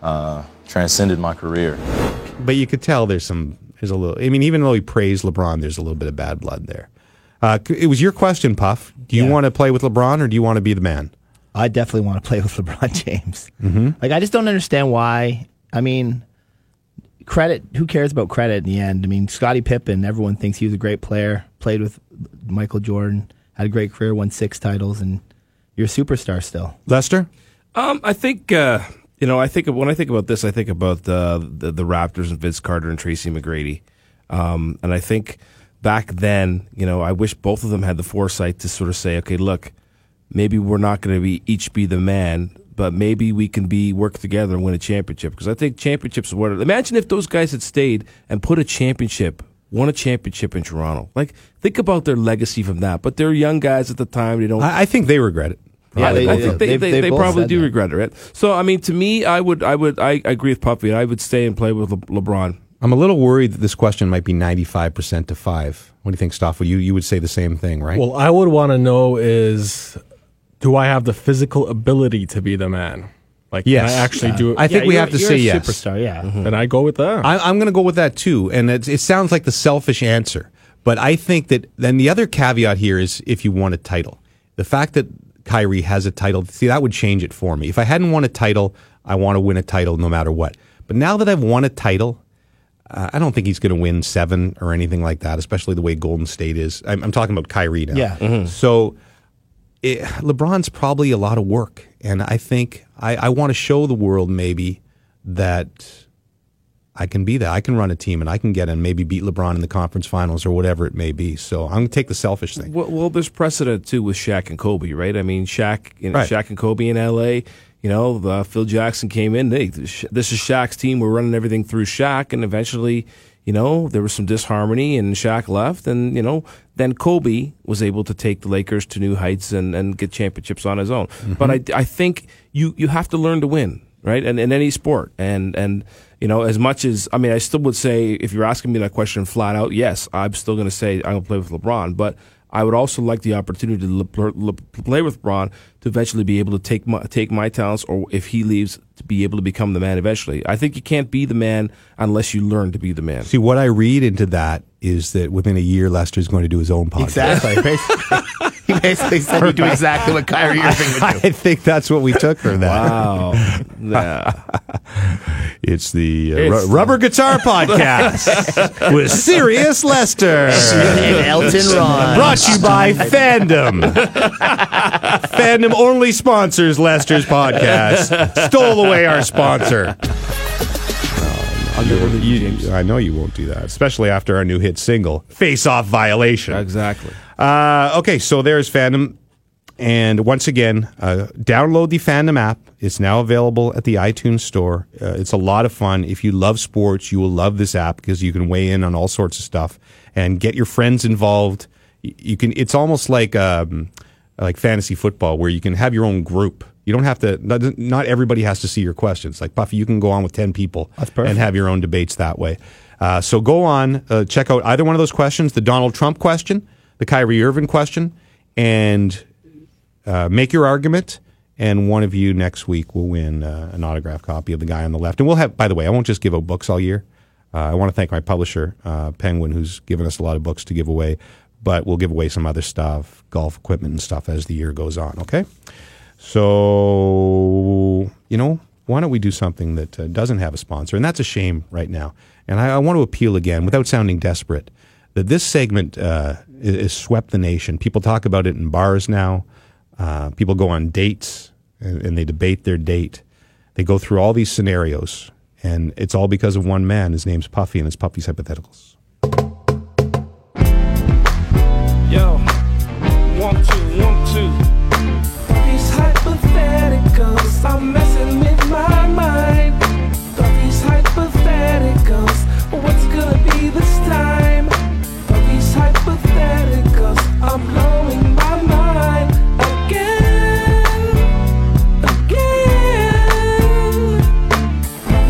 S13: uh, transcended my career.
S4: but you could tell there's some there's a little. I mean, even though he praised LeBron, there's a little bit of bad blood there. Uh, c- it was your question, Puff. Do you want to play with LeBron or do you want to be the man?
S6: I definitely want to play with LeBron James.
S4: Mm-hmm.
S6: Like I just don't understand why. I mean, credit. Who cares about credit in the end? I mean, Scottie Pippen. Everyone thinks he was a great player. Played with Michael Jordan. Had a great career. Won six titles, and you're a superstar still.
S4: Lester.
S7: Um, I think uh, you know. I think when I think about this, I think about the the, the Raptors and Vince Carter and Tracy McGrady, um, and I think back then, you know, I wish both of them had the foresight to sort of say, okay, look, maybe we're not going to be each be the man. But maybe we can be work together and win a championship because I think championships are what. Imagine if those guys had stayed and put a championship, won a championship in Toronto. Like think about their legacy from that. But they're young guys at the time. They don't.
S4: I, I think they regret it.
S7: Yeah,
S4: Probably
S7: they,
S4: both
S7: I
S4: of them.
S7: think they,
S4: They've-
S7: they,
S4: they've
S7: they
S4: both
S7: probably
S4: said
S7: do
S4: that.
S7: regret it. So, I mean, to me, I would, I would, I, I agree with Puppy. I would stay and play with Le- LeBron.
S4: I'm a little worried that this question might be 95% to 5. What do you think, Stoffel? You you would say the same thing, right?
S8: Well, I would want to know is do I have the physical ability to be the man? Like,
S4: Yes.
S8: can I actually
S4: Yeah.
S8: do it?
S4: I think we have to
S8: you're
S4: say
S8: a
S4: yes.
S8: Superstar, yeah.
S7: Mm-hmm.
S8: Then I go with that.
S4: I, I'm going to go with that too. And it, it sounds like the selfish answer. But I think that then the other caveat here is if you want a title. The fact that Kyrie has a title, see, that would change it for me. If I hadn't won a title, I want to win a title no matter what. But now that I've won a title, uh, I don't think he's going to win seven or anything like that, especially the way Golden State is. I'm, I'm talking about Kyrie now.
S6: Yeah. Mhm.
S4: So it, LeBron's probably a lot of work. And I think I, I want to show the world maybe that I can be that. I can run a team and I can get in, maybe beat LeBron in the conference finals or whatever it may be. So I'm going to take the selfish thing.
S7: Well, well, there's precedent too with Shaq and Kobe, right? I mean, Shaq, you know,
S4: Right.
S7: Shaq and Kobe in L.A. You know, the, uh, Phil Jackson came in. Hey, this this is Shaq's team. We're running everything through Shaq, and eventually, you know, there was some disharmony, and Shaq left, and you know, then Kobe was able to take the Lakers to new heights and, and get championships on his own. But I, I think you you have to learn to win. right? And in any sport, and and you know, as much as I mean, I still would say if you're asking me that question flat out, yes, I'm still going to say I'm going to play with LeBron, but. I would also like the opportunity to le- le- le- play with LeBron to eventually be able to take my, take my talents, or if he leaves, to be able to become the man eventually. I think you can't be the man unless you learn to be the man.
S4: See, what I read into that is that within a year, Lester's going to do his own podcast.
S6: he basically said you do exactly what Kyrie Irving would do.
S4: I think that's what we took from that.
S7: Wow.
S4: it's the uh,
S7: It's
S4: Ru- Rubber Guitar Podcast with Sirius Lester
S6: And Elton Ron.
S4: Brought to you by Fandom. Fandom only sponsors Lester's podcast. Stole away our sponsor. You- you- I know you won't do that, especially after our new hit single, Face Off Violation. Exactly. Uh, okay, so there's Fandom. And once again, uh, download the Fandom app. It's now available at the iTunes store. Uh, it's a lot of fun. If you love sports, you will love this app because you can weigh in on all sorts of stuff and get your friends involved. Y- You can. It's almost like um, like fantasy football where you can have your own group. You don't have to. Not, not everybody has to see your questions. Like Puffy, you can go on with ten people and have your own debates that way. Uh, so go on, uh, check out either one of those questions: the Donald Trump question, the Kyrie Irving question, and uh, make your argument. And one of you next week will win uh, an autographed copy of The Guy on the Left. And we'll have, by the way, I won't just give out books all year. Uh, I want to thank my publisher, uh, Penguin, who's given us a lot of books to give away, but we'll give away some other stuff, golf equipment and stuff as the year goes on, okay? So, you know, why don't we do something that uh, doesn't have a sponsor? And that's a shame right now. And I, I want to appeal again, without sounding desperate, that this segment uh, is, is swept the nation. People talk about it in bars now. Uh, people go on dates and, and they debate their date. They go through all these scenarios, and it's all because of one man. His name's Puffy, and it's Puffy's hypotheticals.
S3: Yo, one, two, one, two. These hypotheticals are messing with my mind. These hypotheticals, what's gonna be this time? These hypotheticals are blowing my mind again, again.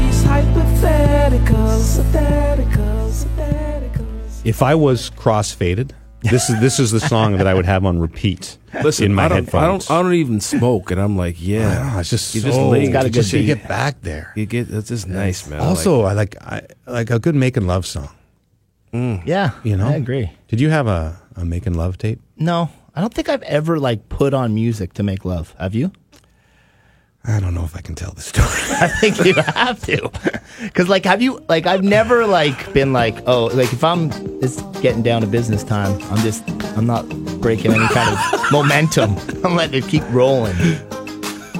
S3: These hypotheticals, hypotheticals, hypotheticals.
S4: If I was cross-faded, this is this is the song that I would have on repeat
S7: Listen,
S4: in my
S7: I don't,
S4: headphones.
S7: I don't. I don't even smoke, and I'm like, yeah.
S4: it's just
S7: you
S4: so-
S7: lay-
S4: It's gotta
S7: you
S4: get-
S7: just-
S4: you get back there.
S7: You get. That's just nice, man. I
S4: also, I like I like a good making love song.
S6: Yeah,
S4: you know,
S6: I agree.
S4: Did you have a, a making love tape?
S6: No, I don't think I've ever like put on music to make love. Have you?
S4: I don't know if I can tell the story.
S6: I think you have to, because like, have you like? I've never like been like, oh, like if I'm it's getting down to business time, I'm just I'm not breaking any kind of momentum. I'm letting it keep rolling.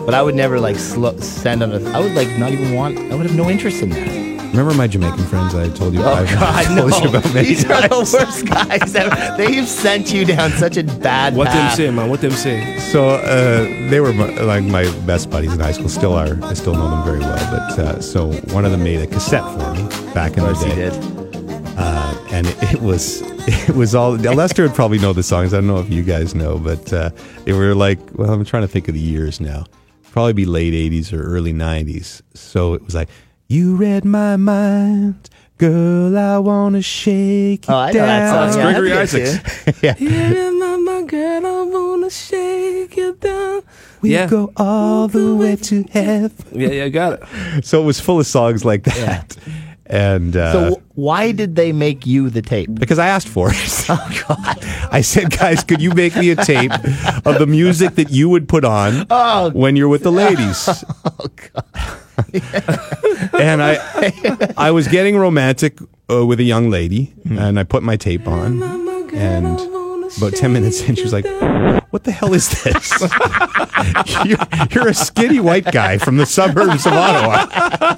S6: But I would never like slow, send on a. I would like not even want. I would have no interest in that.
S4: Remember my Jamaican friends I told you
S6: Oh
S4: I've
S6: God,
S4: told you
S6: no!
S4: about many
S6: These are the
S4: times?
S6: worst guys ever. They've sent you down such a bad
S7: What them
S6: path.
S7: say, man? What them say?
S4: So uh, they were my, like my best buddies in high school. Still are. I still know them very well. But uh, so one of them made a cassette for me back in the day. Uh, and it, it was it was all. Lester would probably know the songs. I don't know if you guys know, but uh, they were like. Well, I'm trying to think of the years now. Probably be late '80s or early '90s. So it was like, you read my mind, girl. I wanna shake you
S3: Oh, I know
S4: down.
S3: that song, That's yeah. Gregory That's a good
S4: Isaacs. yeah.
S3: Yeah, my, my girl, I wanna shake you down.
S4: We go all the way to heaven.
S7: Yeah, yeah, got it.
S4: So it was full of songs like that. And uh,
S6: So wh- why did they make you the tape?
S4: because I asked for it. Oh God! I said, guys, could you make me a tape of the music that you would put on
S6: Oh.
S4: when you're with the ladies? Oh God! and I, I was getting romantic uh, with a young lady, and I put my tape on, and about ten minutes in, she was like, "What the hell is this? you're, you're a skinny white guy from the suburbs of Ottawa."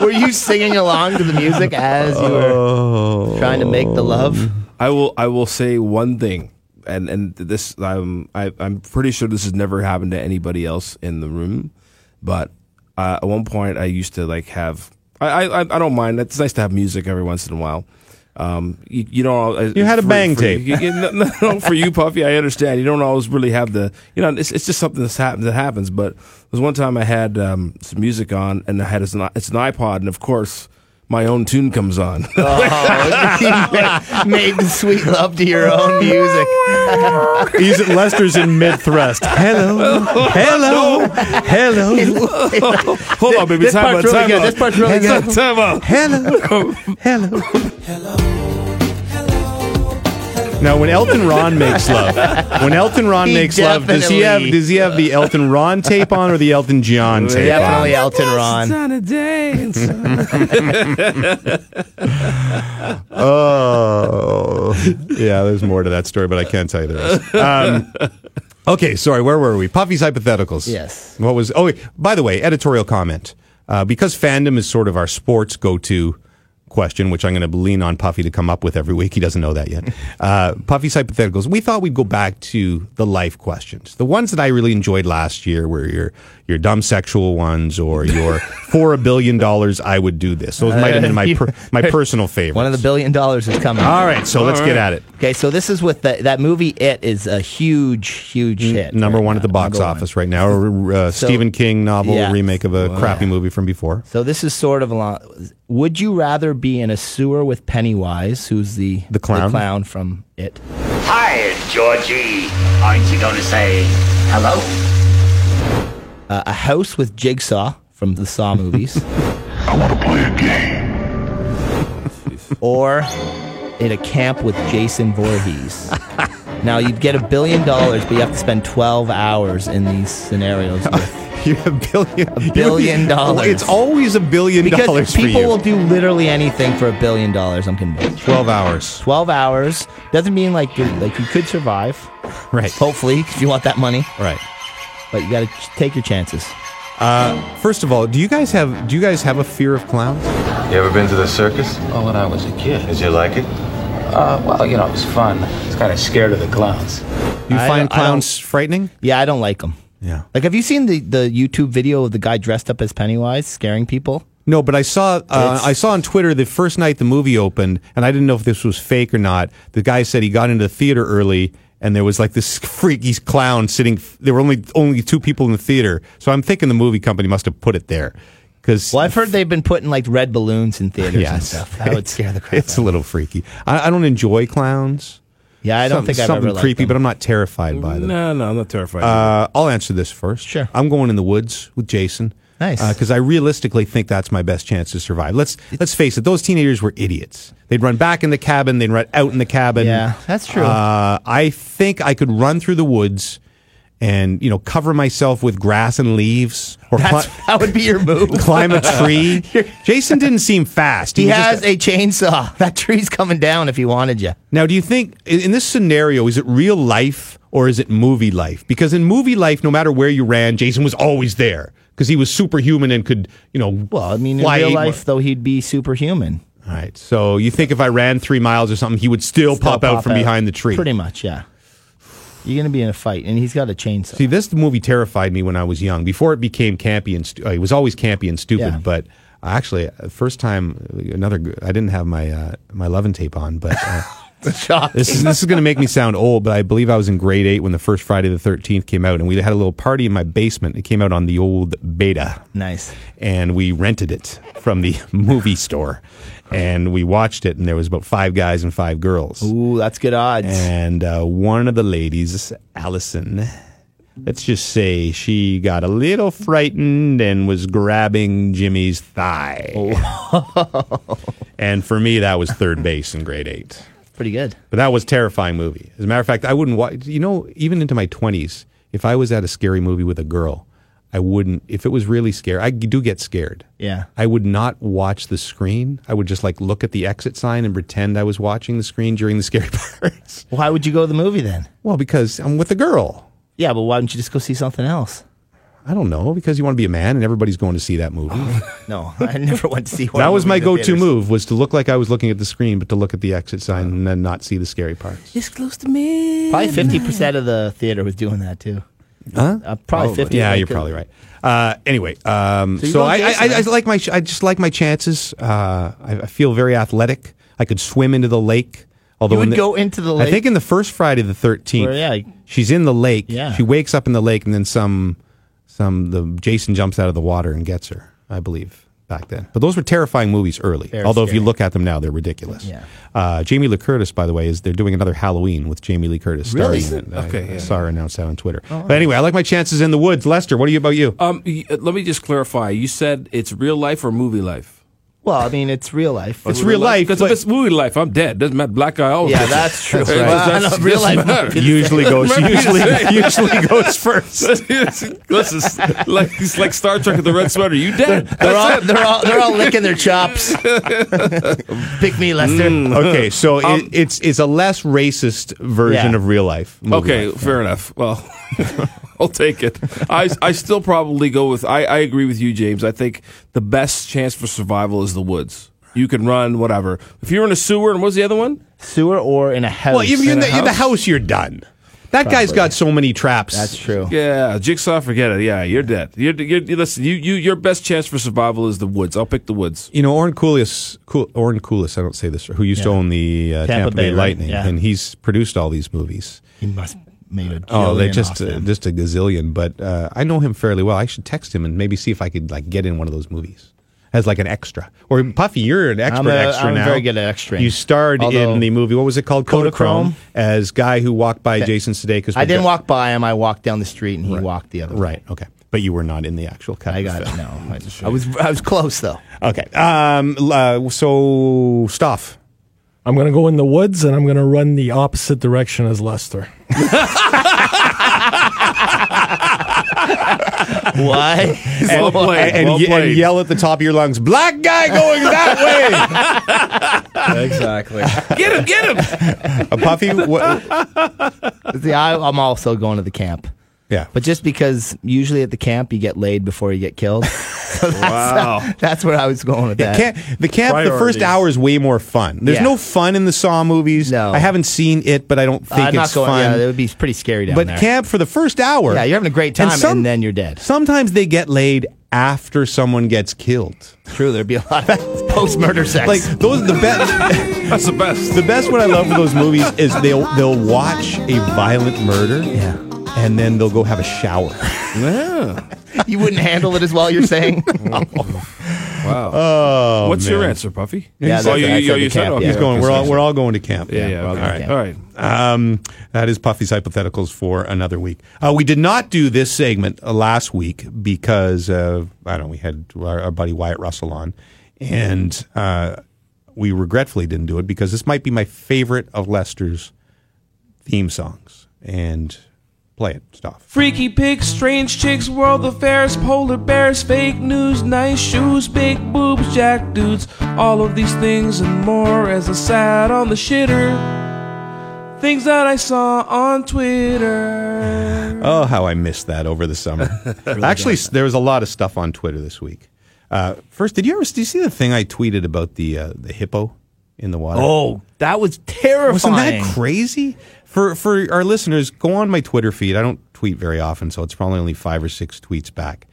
S6: Were you singing along to the music as you were trying to make the love?
S7: I will. I will say one thing, and and this I'm I, I'm pretty sure this has never happened to anybody else in the room, but uh, at one point I used to like have I I, I I don't mind. It's nice to have music every once in a while. Um, you, you don't. al-
S4: You had a
S7: for-
S4: bang
S7: for-
S4: tape.
S7: you- you- no, no, no, for you, Puffy. I understand. You don't always really have the. You know, it's it's just something that's happened that happens. But there was one time I had um, some music on, and I had it's an, it's an iPod, and of course my own tune comes on.
S6: Oh, you made the sweet love to your own music.
S4: He's Lester's in mid thrust. Hello, hello, hello.
S7: Hold on, baby.
S4: This
S7: time
S4: part's
S7: out.
S4: really
S7: time
S4: good.
S7: out.
S4: This part's really
S7: Time
S4: good.
S7: out, Time out.
S4: Hello. Hello. Now, when Elton Ron makes love, when Elton Ron
S6: He
S4: makes love, does he have
S6: definitely-
S4: does he have the Elton Ron tape on or the Elton John tape?
S6: Definitely
S4: on?
S6: Elton Ron.
S4: Oh, yeah. There's more to that story, but I can't tell you the rest. Um, Okay, sorry, where were we? Puffy's hypotheticals.
S6: Yes.
S4: What was? Oh, by the way, editorial comment. Uh, because fandom is sort of our sports go-to question, which I'm going to lean on Puffy to come up with every week. He doesn't know that yet. Uh, Puffy's hypotheticals. We thought we'd go back to the life questions, the ones that I really enjoyed last year, were your your dumb sexual ones or your for a billion dollars I would do this. Those might have been my per, my personal favorite.
S6: One of the billion dollars is coming.
S4: All right, so let's get at it.
S6: Okay, so this is with the, that movie. It is a huge, huge hit.
S4: Number one at the box office right now, or uh,
S6: So-
S4: Stephen King novel
S6: Yeah.
S4: remake of a crappy movie from before.
S6: So this is sort of a lot. Would you rather be in a sewer with Pennywise, who's the the
S4: clown?
S6: from It,
S14: Hi, it's Georgie. Aren't you going to say hello?
S6: uh, a house with Jigsaw from the Saw movies? I want to play a game. or in a camp with Jason Voorhees. now you'd get a billion dollars, but you have to spend twelve hours in these scenarios. With
S4: you a billion,
S6: a billion dollars.
S4: It's always a billion
S6: because
S4: dollars for
S6: people
S4: you.
S6: will do literally anything for a billion dollars. I'm convinced.
S4: Twelve hours.
S6: Twelve hours doesn't mean like you're like you could survive.
S4: Right.
S6: Hopefully, if you want that money.
S4: Right.
S6: But you got to take your chances.
S4: Uh, first of all, do you guys have do you guys have a fear of clowns?
S15: You ever been to the circus? Oh, when I was a kid. Did you like it? Uh, well, you know, it was fun. I was kind of scared of the clowns.
S4: You
S6: I
S4: find
S6: don't- I don't-
S4: clowns frightening?
S6: Yeah, I don't like them.
S4: Yeah.
S6: Like, have you seen the the YouTube video of the guy dressed up as Pennywise scaring people?
S4: No, but I saw uh,
S6: It's-
S4: I saw on Twitter the first night the movie opened, and I didn't know if this was fake or not. The guy said he got into the theater early, and there was like this freaky clown sitting. There were only only two people in the theater, so I'm thinking the movie company must have put it there because
S6: Well, I've heard they've been putting like red balloons in theaters and
S4: Yes.
S6: stuff. That would scare the crap.
S4: it's a little freaky. I, I don't enjoy clowns.
S6: Yeah, I don't
S4: Something-
S6: think I've
S4: something
S6: ever liked
S4: creepy,
S6: them.
S4: but I'm not terrified by them.
S7: No, no, I'm not terrified.
S4: Uh, I'll answer this first. Sure. I'm going in the woods with Jason.
S6: Nice.
S4: Because I realistically think that's my best chance to survive. Let's let's face it; those teenagers were idiots. They'd run back in the cabin. They'd run out in the cabin.
S6: Yeah, that's true.
S4: Uh, I think I could run through the woods. And you know, cover myself with grass and leaves, or
S6: That's-
S4: cli-
S6: that would be your move.
S4: climb a tree. Jason didn't seem fast.
S6: He
S4: was just-
S6: has a chainsaw. That tree's coming down if he wanted you.
S4: now, do you think in in this scenario is it real life or is it movie life? Because in movie life, no matter where you ran, Jason was always there because he was superhuman and could, you know.
S6: Well, I mean, in
S4: fly
S6: real
S4: eight-
S6: life, though, he'd be superhuman.
S4: All right. So you think if I ran three miles or something, he would still,
S6: They'll
S4: pop, out from behind the tree?
S6: Pretty much, yeah. You're going to be in a fight, and he's got a chainsaw.
S4: See, this movie terrified me when I was young. Before it became campy and stu- uh, it was always campy and stupid.
S6: Yeah.
S4: But actually, uh, first time, uh, another g- I didn't have my uh, my loving tape on, but. Uh, This is this is going to make me sound old, but I believe I was in grade eight when the first Friday the Thirteenth came out, and we had a little party in my basement. It came out on the old Beta,
S6: Nice.
S4: and we rented it from the movie store, and we watched it. And there was about five guys and five girls.
S6: Ooh, that's good odds.
S4: And uh, one of the ladies, Allison, let's just say she got a little frightened and was grabbing Jimmy's thigh. and for me, that was third base in grade eight.
S6: Pretty good.
S4: But that was a terrifying movie. As a matter of fact, I wouldn't watch. You know, even into my twenties, if I was at a scary movie with a girl, I wouldn't. If it was really scary, I do get scared.
S6: Yeah.
S4: I would not watch the screen. I would just like look at the exit sign and pretend I was watching the screen during the scary parts.
S6: Why would you go to the movie then?
S4: Well, because I'm with a girl.
S6: Yeah, but why don't you just go see something else?
S4: I don't know because you want to be a man and everybody's going to see that movie.
S6: No, I never went to see horror
S4: that was
S6: movies
S4: my
S6: in
S4: go-to
S6: theaters.
S4: move was to look like I was looking at the screen, but to look at the exit sign and then not see the scary parts.
S7: It's close to me.
S6: Probably 50% of the theater was doing that too.
S4: Huh?
S6: Uh, probably 50.
S4: Oh, Yeah,
S6: like,
S4: you're
S6: uh,
S4: probably right. Uh, anyway, um, so,
S6: So you go
S4: I, I,
S6: Jason,
S4: I, I
S6: huh?
S4: like my sh- I just like my chances. Uh, I, I feel very athletic. I could swim into the lake. Although
S6: You
S4: in
S6: would
S4: the-
S6: go into the
S4: I
S6: lake?
S4: think in the first Friday the Thirteenth,
S6: Well, yeah.
S4: she's in the lake.
S6: Yeah.
S4: she wakes up in the lake, and then some some the Jason jumps out of the water and gets her. I believe back then. But those were terrifying movies early.
S6: Very
S4: although if you
S6: scary.
S4: look at them now, they're ridiculous.
S6: Yeah.
S4: Uh, Jamie Lee Curtis, by the way, is they're doing another Halloween with Jamie Lee Curtis
S7: Really?
S4: starring in it. I-
S7: Okay,
S4: I
S7: yeah.
S4: saw her announce that on Twitter. But anyway, I like my chances in the woods. Lester, what are you about you?
S7: Um, y- uh, let me just clarify. You said it's real life or movie life?
S6: Well, I mean, it's real life.
S7: It's real life. Because if it's movie life, I'm dead. Doesn't matter. Black guy always.
S6: Yeah,
S7: gets it.
S6: that's true.
S7: It
S6: Right.
S7: does-
S6: Well, I know, real
S7: doesn't
S6: life
S7: matter.
S6: movie Usually
S4: goes-
S7: Remember you
S4: usually-
S7: said-
S4: usually goes first.
S7: Listen, it's like it's like Star Trek with the red sweater. You dead.
S6: They're all,
S7: That's it.
S6: they're all they're all licking their chops. Pick me, Lester.
S4: okay, so it-
S6: Um,
S4: it's it's a less racist version
S7: Yeah.
S4: of real life. movie
S7: Okay,
S4: life.
S7: fair enough. Well, I'll take it. I, I still probably go with, I, I agree with you, James. I think the best chance for survival is the woods. You can run, whatever. If you're in a sewer, and what was the other one?
S6: Sewer or in a house.
S4: Well, if you're in the, in the house, you're done. That guy's
S7: Probably.
S4: got so many traps.
S7: That's
S6: true.
S7: Yeah, jigsaw, forget it. Yeah, you're dead. You're, you're, you listen, you, you, your best chance for survival is the woods. I'll pick the woods.
S4: You know, Orrin Coolis, Cool, Orrin Coolis, I don't say this, who used to
S7: Yeah.
S4: own the uh, Tampa,
S7: Tampa Bay,
S4: Bay,
S7: right?
S4: Lightning,
S7: Yeah.
S4: and he's produced all these movies.
S6: He must have made a
S4: Oh, they're
S6: jillion
S4: just
S6: off
S4: uh,
S6: them.
S4: just a gazillion. But uh, I know him fairly well. I should text him and maybe see if I could like get in one of those movies as like an extra. Or Puffy, you're an expert
S6: I'm a-
S4: extra
S6: I'm
S4: now.
S6: very good at extraing.
S4: You starred
S6: Although-
S4: in the movie. What was it called?
S6: Kodachrome.
S4: Kodachrome as guy who walked by
S6: That-
S4: Jason Sudeikis.
S6: I
S4: with
S6: didn't
S4: Jo-
S6: walk by him. I walked down the street, and he walked the other. way.
S4: Right. Okay. But you were not in the actual cut.
S6: I
S4: of the
S6: got it.
S4: film.
S6: No, I, I was I was close though.
S4: Okay. Um. l- Uh, so stuff.
S8: I'm going to go in the woods and I'm going to run the opposite direction as Lester.
S6: Why?
S4: And,
S8: Well played,
S4: and- and
S8: well
S4: ye- and
S8: played.
S4: yell at the top of your lungs, black guy going that way.
S11: exactly.
S7: Get him, get him.
S4: A puffy. What,
S6: See, I, I'm also going to the camp.
S4: Yeah,
S6: but just because usually at the camp you get laid before you get killed. So that's,
S4: Wow.
S6: that's where I was going with that.
S4: Camp, the camp, the first hour is way more fun. There's
S6: Yeah.
S4: no fun in the Saw movies. No. I haven't seen it, but I don't think
S6: Uh, not
S4: it's
S6: going-
S4: fun.
S6: yeah, it would be pretty scary down
S4: but
S6: there.
S4: camp for the first hour.
S6: Yeah, you're having a great time, and then you're dead.
S4: Sometimes they get laid after someone gets killed.
S6: True, there'd be a lot of post-murder sex.
S4: Like those are the best.
S7: That's the best.
S4: The best what I love with those movies is they'll they'll watch a violent murder. Yeah. And then they'll go have a shower.
S7: Yeah.
S6: you wouldn't handle it as well. You're saying.
S7: Wow.
S4: Oh,
S7: What's your
S4: man.
S7: answer, Puffy?
S4: Yeah,
S7: He's-
S4: that's-
S7: you,
S4: I
S7: you,
S4: said
S7: you
S4: the
S7: said
S4: camp,
S7: okay.
S4: He's going. We're all we're all going to camp.
S7: Yeah, yeah,
S4: All
S7: okay.
S4: right.
S7: Yeah.
S4: All right. Um, that is Puffy's hypotheticals for another week. Uh, we did not do this segment uh, last week because uh, I don't. know, We had our, our buddy Wyatt Russell on, and uh, we regretfully didn't do it because this might be my favorite of Lester's theme songs. And play it stuff.
S3: Freaky pics, strange chicks, world affairs, polar bears, fake news, nice shoes, big boobs, jack dudes. All of these things and more as I sat on the shitter. Things that I saw on Twitter.
S4: Oh, how I missed that over the summer. Actually, s there was a lot of stuff on Twitter this week. Uh, first, did you ever did you see the thing I tweeted about the uh, the hippo in the water?
S6: Oh, that was terrifying.
S4: wasn't that crazy? For for our listeners, go on my Twitter feed. I don't tweet very often, so it's probably only five or six tweets back.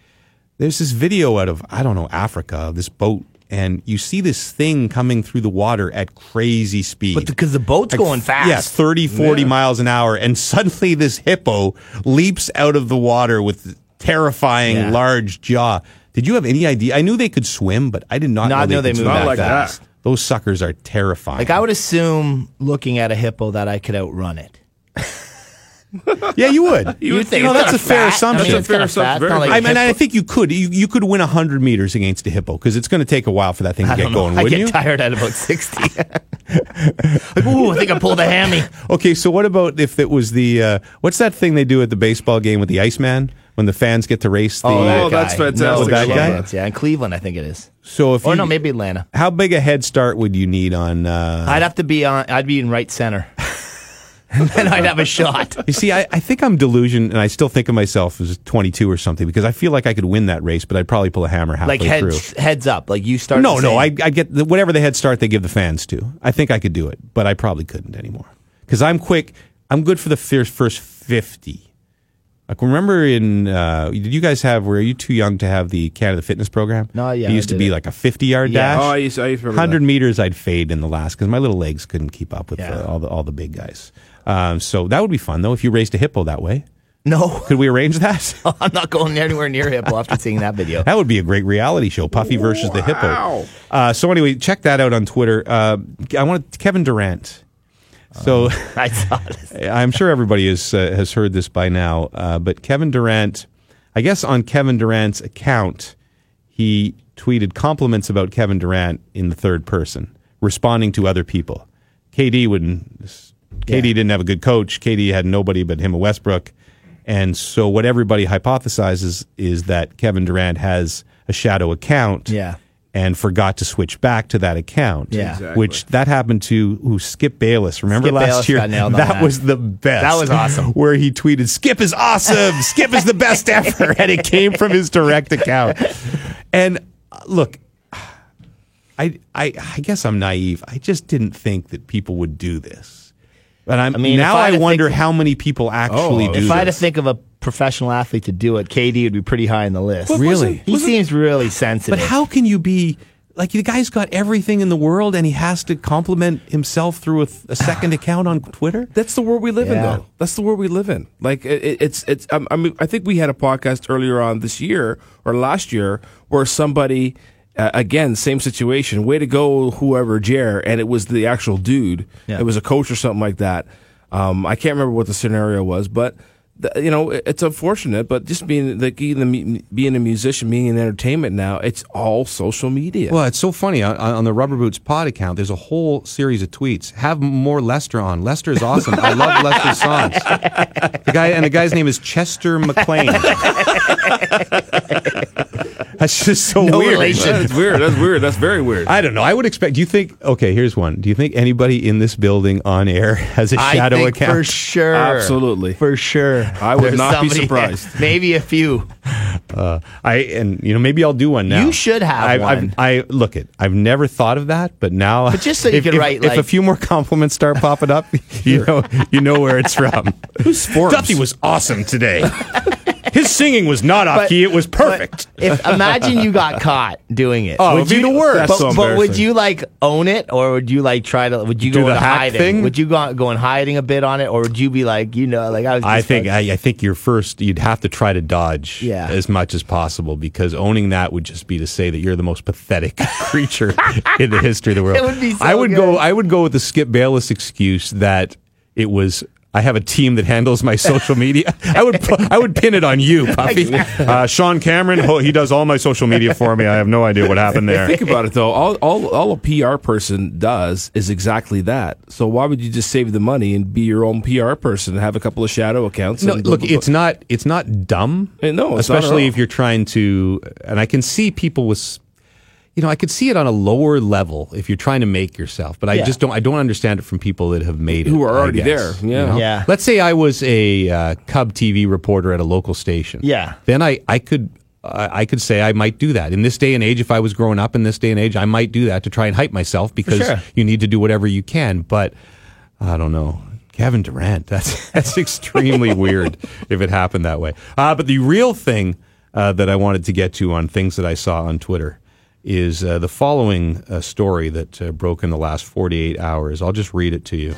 S4: There's this video out of I don't know Africa, this boat, and you see this thing coming through the water at crazy speed.
S6: But because the boat's
S4: Like,
S6: going fast.
S4: Yeah, 30, 40
S6: Yeah.
S4: miles an hour. And suddenly this hippo leaps out of the water with terrifying
S6: Yeah.
S4: large jaw. Did you have any idea? I knew they could swim, but I did not
S6: Not
S4: know
S6: know
S4: they, could
S6: they
S4: swim
S6: moved that
S4: like
S6: fast.
S4: that. Those suckers are terrifying.
S6: Like I would assume, looking at a hippo, that I could outrun it.
S4: yeah, you would.
S6: You would think
S4: no,
S6: it's
S4: that's a
S6: kinda
S4: fair
S6: fat.
S4: assumption.
S6: I mean, That's a it's fair kinda assumption, fat, very not like
S4: I
S6: a
S4: mean, I
S6: hippo.
S4: think you could. You, you could win hundred meters against a hippo because it's going to take a while for that thing to
S6: I
S4: get
S6: don't know.
S4: going.
S6: I
S4: wouldn't
S6: get
S4: you?
S6: tired at about sixty. like, ooh, I think I pulled a hammy.
S4: Okay, so what about if it was the uh, what's that thing they do at the baseball game with the Iceman when the fans get to race the?
S6: Oh, that guy. No,
S4: With Oh, that
S6: Cleveland,
S4: guy.
S6: it's- Yeah, in Cleveland, I think it is.
S4: So if
S6: or
S4: you-
S6: no, maybe Atlanta.
S4: How big a head start would you need on? Uh,
S6: I'd have to be on. I'd be in right center, and then I'd have a shot.
S4: you see, I, I think I'm delusion, and I still think of myself as 22 or something because I feel like I could win that race, but I'd probably pull a hammer halfway
S6: like heads
S4: through.
S6: heads up. Like you start.
S4: No,
S6: the
S4: no,
S6: same-
S4: I, I get the, whatever the head start they give the fans to. I think I could do it, but I probably couldn't anymore because I'm quick. I'm good for the first first 50. Like remember in uh, did you guys have? Were you too young to have the Canada Fitness program? No,
S7: yeah,
S4: It
S7: I
S4: used to
S7: did
S4: be
S7: it.
S4: like a 50 yard
S7: Yeah.
S4: dash.
S7: Oh, I used- I used to remember that.
S4: 100 meters, I'd fade in the last because my little legs couldn't keep up with the, all the all the big guys. Um, so that would be fun though if you raised a hippo that way.
S6: No,
S4: could we arrange that?
S6: I'm not going anywhere near hippo after seeing that video.
S4: That would be a great reality show, Puffy versus the Hippo. Uh, so anyway, check that out on Twitter. Uh, I want Kevin Durant. So
S7: Um,
S6: I saw
S4: I'm sure everybody is, uh, has heard this by now, uh, but Kevin Durant, I guess on Kevin Durant's account, he tweeted compliments about Kevin Durant in the third person, responding to other people. KD wouldn't. KD didn't have a good coach. KD had nobody but him and Westbrook. And so what everybody hypothesizes is that Kevin Durant has a shadow account.
S6: Yeah.
S4: And forgot to switch back to that account.
S6: Yeah. Exactly.
S4: Which that happened to who Skip Bayless. Remember
S6: Skip
S4: last
S6: Bayless
S4: year?
S6: got nailed on
S4: that
S6: that.
S4: was the best.
S6: That was awesome.
S4: Where he tweeted, Skip is awesome. Skip is the best ever. And it came from his direct account. And uh, look, I, I, I guess I'm naive. I just didn't think that people would do this. But I'm,
S6: mean, if
S4: now
S6: I
S4: I
S6: had to
S4: wonder
S6: think-
S4: how many people actually do
S6: if I had to
S4: this.
S6: think of a professional athlete to do it, KD would be pretty high on the list.
S4: But Really? wasn't-
S6: He seems really sensitive.
S4: But how can you be like the guy's got everything in the world and he has to compliment himself through a, th- a second account on Twitter?
S7: That's the world we live in, though. That's the world we live in. Like it, it- it's it's. Um, I mean, I think we had a podcast earlier on this year or last year where somebody, uh, again, same situation. Way to go, whoever Jer, and it was the actual dude.
S6: Yeah.
S7: It was a coach or something like that. Um, I can't remember what the scenario was, but. th- You know, it- it's unfortunate, but just being like being a mu- being a musician, being in entertainment now, it's all social media.
S4: Well, it's so funny on, on the Rubber Boots Pod account. There's a whole series of tweets. Have more Lester on. Lester is awesome. I love Lester's songs. The guy and the guy's name is Chester McLean. That's just so
S7: No
S4: weird.
S7: relation. That's weird. That's weird. That's very weird.
S4: I don't know. I would expect. Do you think? Okay, here's one. Do you think anybody in this building on air has a
S6: I
S4: shadow
S6: think
S4: account?
S6: for sure.
S7: Absolutely.
S6: For sure.
S7: I would
S6: There's
S7: not be
S6: somebody-
S7: surprised.
S6: Maybe a few.
S4: Uh, I and you know maybe I'll do one now.
S6: You should have
S4: I,
S6: one.
S4: I, I look it. I've never thought of that, but now.
S6: But just so you
S4: if,
S6: could
S4: if-
S6: write,
S4: if
S6: like-
S4: a few more compliments start popping up, you know you know where it's from. Who's Forbes? Duffy was awesome today. His singing was not off
S6: But-
S4: key. It was perfect.
S6: If imagine you got caught doing it.
S4: Oh,
S6: Would
S4: it'd be
S6: you-
S4: the worst.
S6: But,
S4: That's so
S6: but would
S4: embarrassing.
S6: you like own it, or would you like try to? Would you
S4: Do
S6: go
S4: the
S6: in
S4: hack
S6: hiding?
S4: thing?
S6: Would you go go in hiding a bit on it, or would you be like, you know, like I was? Just
S4: I think I, I think your first you'd have to try to dodge
S6: Yeah.
S4: as much as possible because owning that would just be to say that you're the most pathetic creature in the history of the world.
S6: It would be so
S4: I would
S6: good.
S4: go I would go with the Skip Bayless excuse that it was I have a team that handles my social media. I would pu- I would pin it on you, Puffy. Uh, Sean Cameron, oh, he does all my social media for me. I have no idea what happened there.
S7: Think about it though. All, all all a PR person does is exactly that. So why would you just save the money and be your own PR person and have a couple of shadow accounts?
S4: No,
S7: and
S4: look, it's not it's not dumb.
S7: Eh, no, it's not at
S4: especially
S7: all.
S4: if you're trying to. And I can see people with, s- you know, I could see it on a lower level if you're trying to make yourself. But I
S7: Yeah.
S4: just don't. I don't understand it from people that have made it
S7: Who are
S4: I
S7: already
S4: guess,
S7: there, yeah. Yeah.
S4: Let's say I was a uh, Cub TV reporter at a local station.
S6: Yeah.
S4: Then I I could. I I could say I might do that in this day and age. If I was growing up in this day and age, I might do that to try and hype myself because
S6: sure.
S4: you need to do whatever you can. But I don't know. Kevin Durant. That's that's extremely weird if it happened that way. Uh, but the real thing uh, that I wanted to get to on things that I saw on Twitter is uh, the following uh, story that uh, broke in the last 48 hours. I'll just read it to you.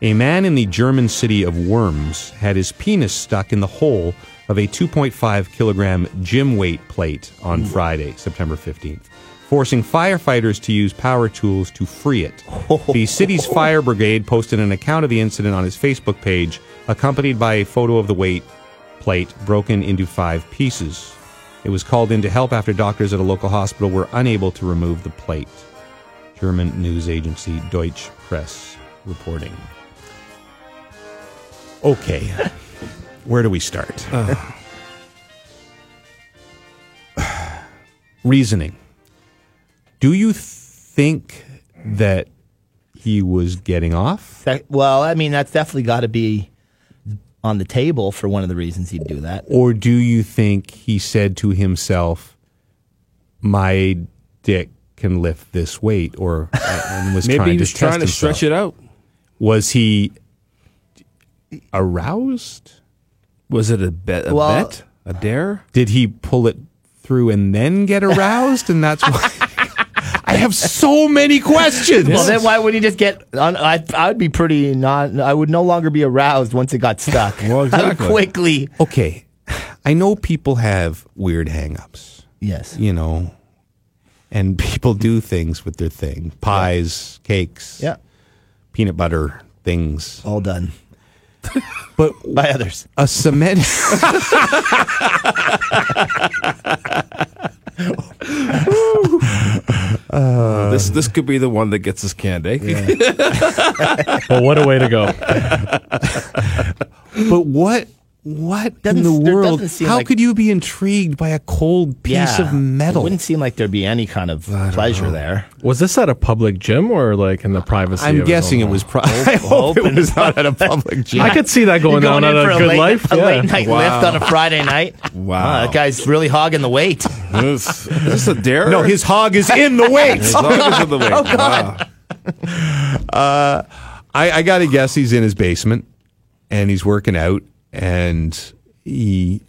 S4: A man in the German city of Worms had his penis stuck in the hole of a 2.5 kilogram gym weight plate on Friday, September 15th, forcing firefighters to use power tools to free it. The city's fire brigade posted an account of the incident on his Facebook page, accompanied by a photo of the weight plate broken into five pieces. It was called in to help after doctors at a local hospital were unable to remove the plate. German news agency Deutsche Press reporting. Okay, where do we start? Reasoning. Do you think that he was getting off?
S6: That- well, I mean, that's definitely got to be on the table for one of the reasons he'd do that.
S4: Or do you think he said to himself, "My dick can lift this weight," or uh, and was
S7: Maybe
S4: trying
S7: he was
S4: to
S7: trying
S4: test
S7: to
S4: himself?
S7: stretch it out.
S4: Was he aroused?
S7: Was it a bet? A
S4: Well-
S7: bet? A dare?
S4: Did he pull it through and then get aroused? and that's why I have so many questions.
S6: Well, then why would he just get? On, I I would be pretty not. I would no longer be aroused once it got stuck. well,
S4: exactly.
S6: quickly.
S4: Okay, I know people have weird hangups.
S6: Yes.
S4: You know, and people do things with their thing pies, cakes,
S6: Yeah.
S4: peanut butter things.
S6: All done.
S4: But
S6: by others.
S4: A cement.
S7: this could be the one that gets us canned, eh?
S8: but what a way to go.
S4: But what what
S6: Doesn't-
S4: in the
S6: there
S4: world?
S6: doesn't seem
S4: How
S6: like-
S4: could you be intrigued by a cold piece of metal?
S6: It wouldn't seem like there'd be any kind of pleasure there.
S8: Was this at a public gym or like in the privacy?
S6: I'm
S8: of his
S6: guessing
S8: own
S6: it was
S8: home?
S6: pri- I hope it was not
S4: at a public
S8: I could see that
S6: You're
S8: going,
S6: going
S8: on
S6: in
S8: at
S6: for
S8: a
S6: a
S8: good
S6: late,
S8: life.
S6: a
S8: yeah.
S6: late night lift on a Friday night.
S7: Wow.
S6: Wow, that guy's really hogging the weight.
S7: Is this a dare?
S4: No, his hog is in the weights.
S6: His hog is in the weight. Oh, God.
S4: Uh, I, I got to guess he's in his basement and he's working out, and he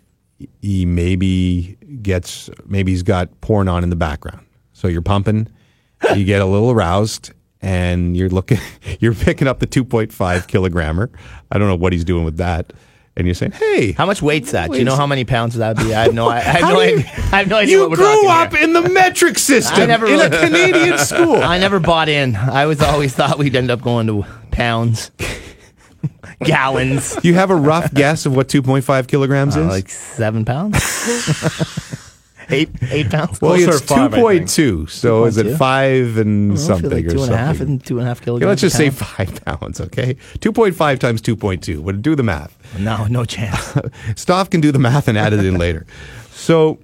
S4: he maybe gets maybe he's got porn on in the background. So you're pumping, you get a little aroused, and you're looking, you're picking up the 2.5 kilogrammer. I don't know what he's doing with that, and you're saying, "Hey,
S6: how much weight's that? Do
S4: Wait.
S6: you know how many pounds that would be? I have no, I, I have
S4: How
S6: no,
S4: do you-
S6: idea. I have no idea.
S4: you
S6: what we're
S4: grew
S6: talking
S4: up
S6: here.
S4: in the metric system
S6: I never
S4: in a
S6: really-
S4: Canadian school."
S6: I never bought in. I was always thought we'd end up going to pounds, gallons.
S4: You have a rough guess of what 2.5 kilograms
S6: Uh,
S4: is?
S6: like seven pounds, eight eight pounds.
S4: Well,
S6: Closer
S4: it's
S6: to five, I
S4: two
S6: think.
S4: point two. So is it
S6: 2.2?
S4: five and
S6: I don't know, I feel
S4: something
S6: like
S4: or
S6: two and
S4: something?
S6: a half and two and a half
S4: Okay,
S6: kilograms.
S4: let's just
S6: a
S4: say
S6: pound.
S4: five pounds, okay? 2.5 times 2.2. Well, do the math.
S6: No, no chance.
S4: Stoff can do the math and add it in later. So,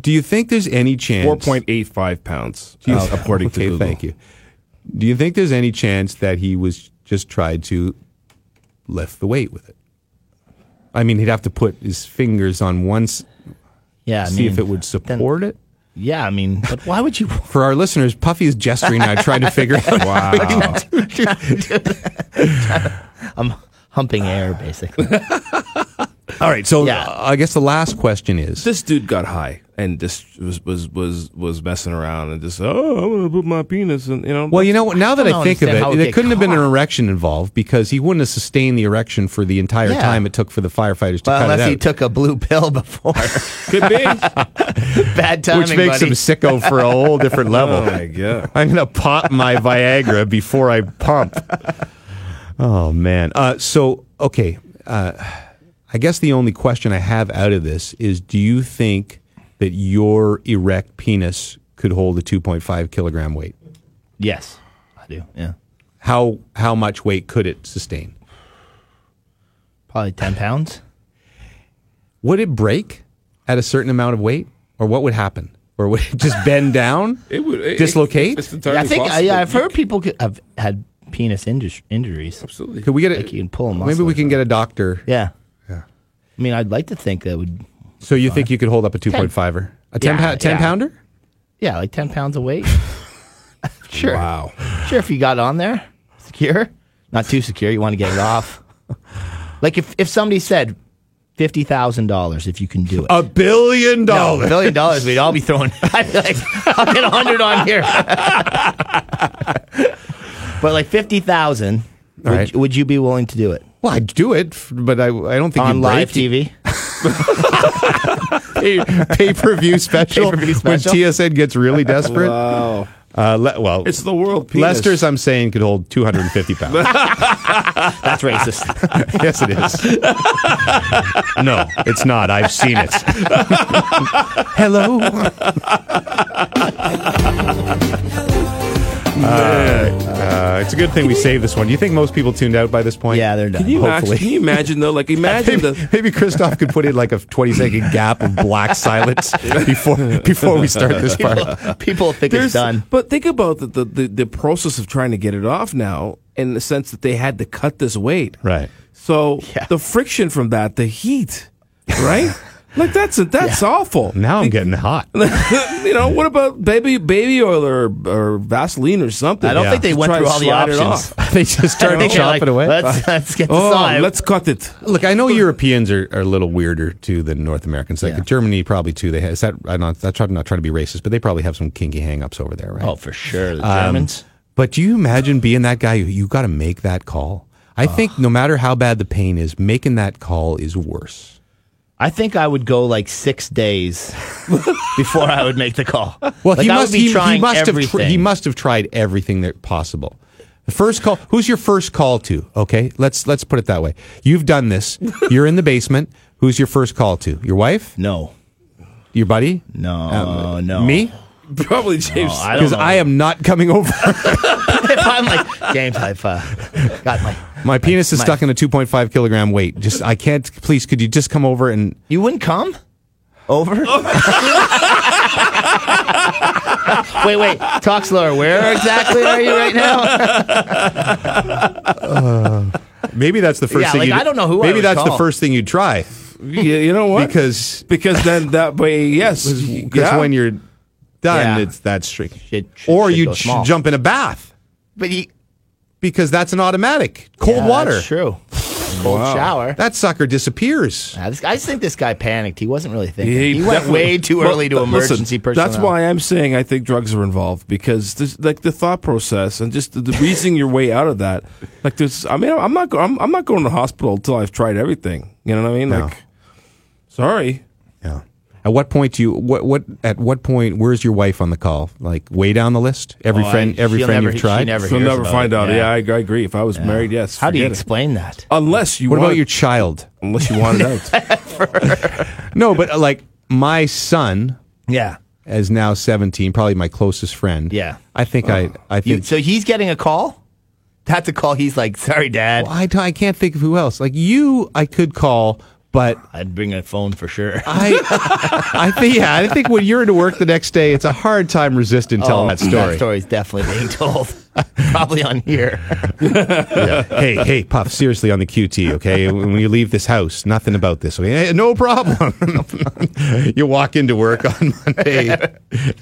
S4: do you think there's any chance?
S7: 4.85 pounds,
S4: Do you-
S7: uh, according to
S4: okay,
S7: Google.
S4: thank you. Do you think there's any chance that he was just tried to lift the weight with it? I mean, he'd have to put his fingers on one. s-
S6: Yeah, I
S4: see if
S6: mean,
S4: it would support it.
S6: Yeah, I mean, but why would you?
S4: For our listeners, Puffy is gesturing now, trying to figure out. how we can
S6: Wow.
S4: do
S6: I'm humping air basically.
S4: All right, so uh, I guess the last question is:
S7: This dude got high and just was was was, was messing around and just oh, I'm gonna put my penis in. You know.
S4: Well, you know what? Now that
S7: don't
S4: I think of
S7: understand how
S4: it,
S7: it
S4: there
S7: get
S4: couldn't have been an erection involved because he wouldn't have sustained the erection for the entire
S6: Yeah.
S4: time it took for the firefighters to
S6: Well,
S4: cut it
S6: unless
S4: out.
S6: he took a blue pill before.
S7: Could be.
S6: Bad timing,
S4: which makes
S6: buddy.
S4: him sicko for a whole different level.
S7: Oh, my God.
S4: I'm gonna pop my Viagra before I pump. Oh man. Uh, so okay, uh, I guess the only question I have out of this is: Do you think that your erect penis could hold a 2.5 kilogram weight?
S6: Yes, I do. Yeah,
S4: How how much weight could it sustain?
S6: probably ten pounds.
S4: Would it break at a certain amount of weight, or what would happen? Or would it just bend down? It would dislocate.
S6: Yeah, I think I, I've heard people could, have had penis inju- injuries.
S7: Absolutely.
S4: Could we get it?
S6: Like you can pull a muscle.
S4: Maybe we can get a doctor.
S6: Yeah.
S4: Yeah.
S6: I mean, I'd like to think that would.
S4: So you think you could hold up a 2.5er? A 10 pou- 10 pounder?
S6: Yeah, like ten pounds of weight. sure.
S7: Wow.
S6: Sure, if you got on there, secure, not too secure. You want to get it off. like if if somebody said fifty thousand dollars, if you can do it.
S4: A billion
S6: No,
S4: dollars.
S6: a billion dollars, we'd all be throwing. I'd be like, I'll get a hundred on here. but like fifty thousand, would,
S4: All right.
S6: would you be willing to do it
S4: Well, I'd do it, f- but I, I don't think
S6: on
S4: you'd
S6: live
S4: break the
S6: TV?
S4: pay per view special,
S6: Pay-per-view
S4: when
S6: special?
S4: TSN gets really desperate.
S7: Wow.
S4: Uh, le- well,
S7: It's the world penis.
S4: Lester's, I'm saying, could hold 250 pounds.
S6: That's racist.
S4: yes, it is. no, it's not. I've seen it. Hello. Uh, uh, it's a good thing we saved this one. Do you think most people tuned out by this point? Yeah,
S6: they're done.
S7: Can you, imagine, can you imagine though? Like imagine
S4: maybe,
S7: the
S4: maybe Christoph could put in like a 20 second gap of black silence before before we start this part.
S6: People, people think
S7: There's-
S6: it's done.
S7: But think about the, the, the, the process of trying to get it off now in the sense that they had to cut this weight.
S4: Right.
S7: So the friction from that, the heat, right? like that's that's awful.
S4: Now I'm getting hot.
S7: you know, what about baby baby oil or, or Vaseline or something?
S6: I don't think they
S7: To
S6: went
S7: try
S6: through
S7: to
S6: all the
S7: slide it
S6: options.
S7: off.
S4: They just
S6: I
S4: start
S6: think
S4: chopping
S6: they're like,
S4: away.
S6: Let's, let's get this
S7: Oh,
S6: on.
S7: let's cut it.
S4: Look, I know Europeans are, are a little weirder too than North Americans. Like Germany, probably too. They have, is that I'm not that's trying not trying to be racist, but they probably have some kinky hang-ups over there, right?
S6: Oh, for sure, the
S4: Um,
S6: Germans.
S4: but do you imagine being that guy? who You got to make that call. I think no matter how bad the pain is, making that call is worse.
S6: I think I would go like six days before I would make the call.
S4: Well,
S6: Like,
S4: he
S6: I would
S4: must
S6: be
S4: he, he
S6: trying
S4: must have
S6: everything.
S4: tr- he must have tried everything that possible. The first call. Who's your first call to? Okay, let's let's put it that way. You've done this. You're in the basement. Who's your first call to? Your wife?
S6: No.
S4: Your buddy?
S6: No,
S4: Um,
S6: no.
S4: Me?
S7: Probably James.
S6: Oh, I don't
S4: Because
S6: know.
S4: I am not coming over.
S6: if I'm like James, I've uh, got my.
S4: My penis is
S6: my-
S4: stuck in a 2.5 kilogram weight. Just I can't. Please, could you just come over and?
S6: You wouldn't come over. wait, wait. Talk slower. Where exactly are you right now?
S4: maybe that's the first
S6: Yeah,
S4: thing.
S6: like,
S4: you'd-
S6: I don't know who I
S4: Maybe
S6: would
S4: that's the
S6: call.
S4: first thing you'd try.
S7: You, you know what?
S4: Because
S7: because then that way, yes,
S4: Because
S7: yeah.
S4: when you're done,
S7: Yeah.
S4: it's that strict. or
S7: shit
S4: you
S7: goes
S4: j-
S7: small.
S4: jump in a bath.
S6: But he,
S4: because that's an automatic cold
S6: Yeah,
S4: water.
S6: that's true. Cold shower.
S4: That sucker disappears.
S6: I just, I just think this guy panicked. He wasn't really thinking.
S7: Yeah,
S6: He, went
S7: definitely-
S6: way too
S7: Well,
S6: early to
S7: th- listen,
S6: emergency personnel.
S7: That's why I'm saying I think drugs are involved because this, like the thought process and just the, the reasoning your way out of that. Like there's, I mean, I'm not, go- I'm, I'm not going to the hospital until I've tried everything. You know what I mean? Like, sorry.
S4: At what point do you what what at what point where's your wife on the call? Like way down the list? Every
S7: Oh, I-
S4: friend every
S7: she'll
S4: friend
S7: never-
S4: you've
S7: she
S4: tried?
S7: never She'll hears never about find it. out. Yeah, I- I agree. If I was married, yes,
S6: How do you
S7: forget it.
S6: explain that?
S7: Unless you
S4: What
S7: want
S4: about your child?
S7: Unless you want it out.
S4: no, but uh, like my son
S6: Yeah.
S4: is now 17, probably my closest friend.
S6: Yeah.
S4: I think I I
S6: You-
S4: think
S6: so he's getting a call? That's a call. He's like, sorry, Dad.
S4: I t- I can't think of who else. Like you I could call, but
S6: I'd bring a phone for sure.
S7: Oh,
S4: I I think yeah, I think when you're into work the next day, it's a hard time resisting telling that story.
S6: Oh, That story's definitely being told. Probably on here.
S4: hey, hey, Puff, seriously on the QT, okay? When you leave this house, nothing about this. Okay? Hey, no problem. you walk into work on Monday,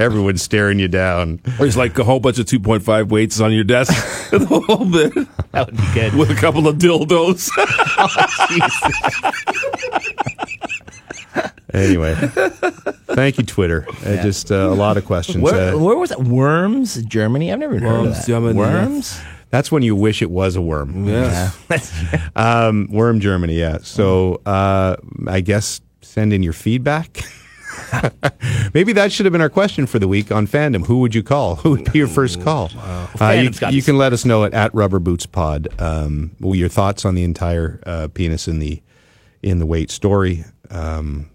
S4: everyone's staring you down.
S7: Or it's like a whole bunch of 2.5 weights on your desk. the whole bit.
S6: That would be good.
S7: With a couple of dildos.
S4: Anyway, thank you, Twitter. Uh,
S6: Yeah.
S4: Just uh, a lot of questions.
S6: Where,
S4: Uh,
S6: where was it? Worms, Germany? I've never even heard of that. Worms?
S4: That's when you wish it was a worm.
S7: Yes.
S4: um, worm Germany, yeah. So uh, I guess send in your feedback. Maybe that should have been our question for the week on fandom. Who would you call? Who would be your first call? Uh, you,
S6: Fandom's gotta
S4: you
S6: be-
S4: can let us know at, at Rubber Boots Pod. Um, well, your thoughts on the entire uh, penis in the in the weight story. Um,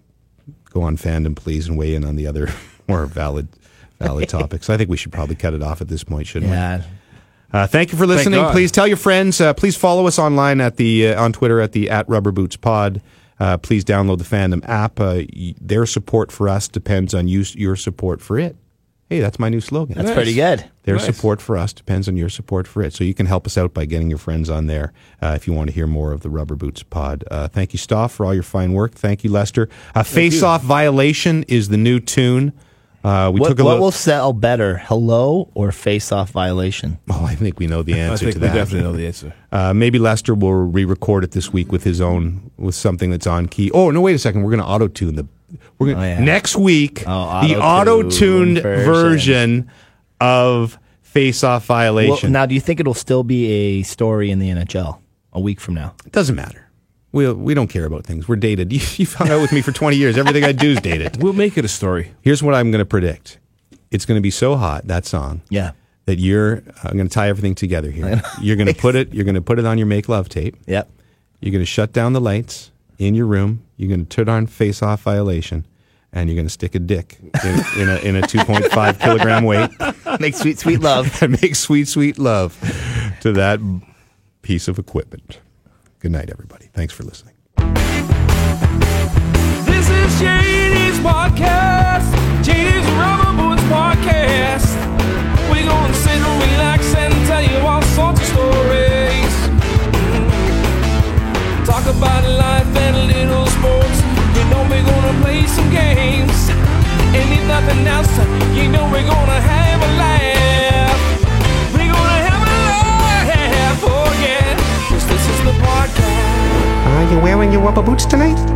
S4: go on fandom, please, and weigh in on the other more valid valid topics. I think we should probably cut it off at this point, shouldn't we?
S6: Yeah.
S4: Uh, thank you for listening.
S6: God.
S4: Please tell your friends. Uh, please follow us online at the uh, on Twitter at the at Rubber Boots Pod. Uh, please download the Fandom app. Uh, y- their support for us depends on you, your support for it. Hey, that's my new slogan.
S6: That's Nice. pretty good.
S4: Their
S6: Nice.
S4: support for us depends on your support for it. So you can help us out by getting your friends on there uh, if you want to hear more of the Rubber Boots Pod. Uh, thank you, Stoff, for all your fine work. Thank you, Lester. Uh, Face Off Violation is the new tune. Uh, we
S6: What,
S4: took a
S6: what
S4: look.
S6: will sell better, hello or face off violation?
S4: Oh, I think we know the answer
S7: think
S4: to
S7: we
S4: that.
S7: definitely know the answer.
S4: Uh, maybe Lester will re-record it this week with his own with something that's on key. Oh no, wait a second. We're going to auto tune the. We're
S6: Oh,
S4: gonna, next week the auto
S6: auto-tuned
S4: tuned version of Face Off
S6: Well,
S4: Violation.
S6: now, do you think it'll still be a story in the NHL a week from now?
S4: it doesn't matter. We we don't care about things. We're dated. You, you've hung out with me for twenty years. Everything I do is dated.
S7: We'll make it a story.
S4: Here's what I'm going to predict. It's going to be so hot that song.
S6: Yeah.
S4: That you're. I'm going to tie everything together here. You're going to put it. You're going to put it on your make love tape.
S6: Yep.
S4: You're going to shut down the lights in your room. You're going to turn on face off violation, and you're going to stick a dick in, in a in a 2.5 kilogram weight
S6: Make sweet, sweet love.
S4: and make sweet sweet love to that piece of equipment. Good night, everybody. Thanks for listening.
S3: This is Janie's podcast. Janie's Rubber Boots podcast. We're gonna sit and relax and tell you all sorts of stories. Talk about life and little sports. You know we're gonna play some games. And if nothing else, you know we're gonna have a laugh. We're gonna have a laugh, oh yeah. 'Cause this is the podcast.
S2: Are you wearing your rubber boots tonight?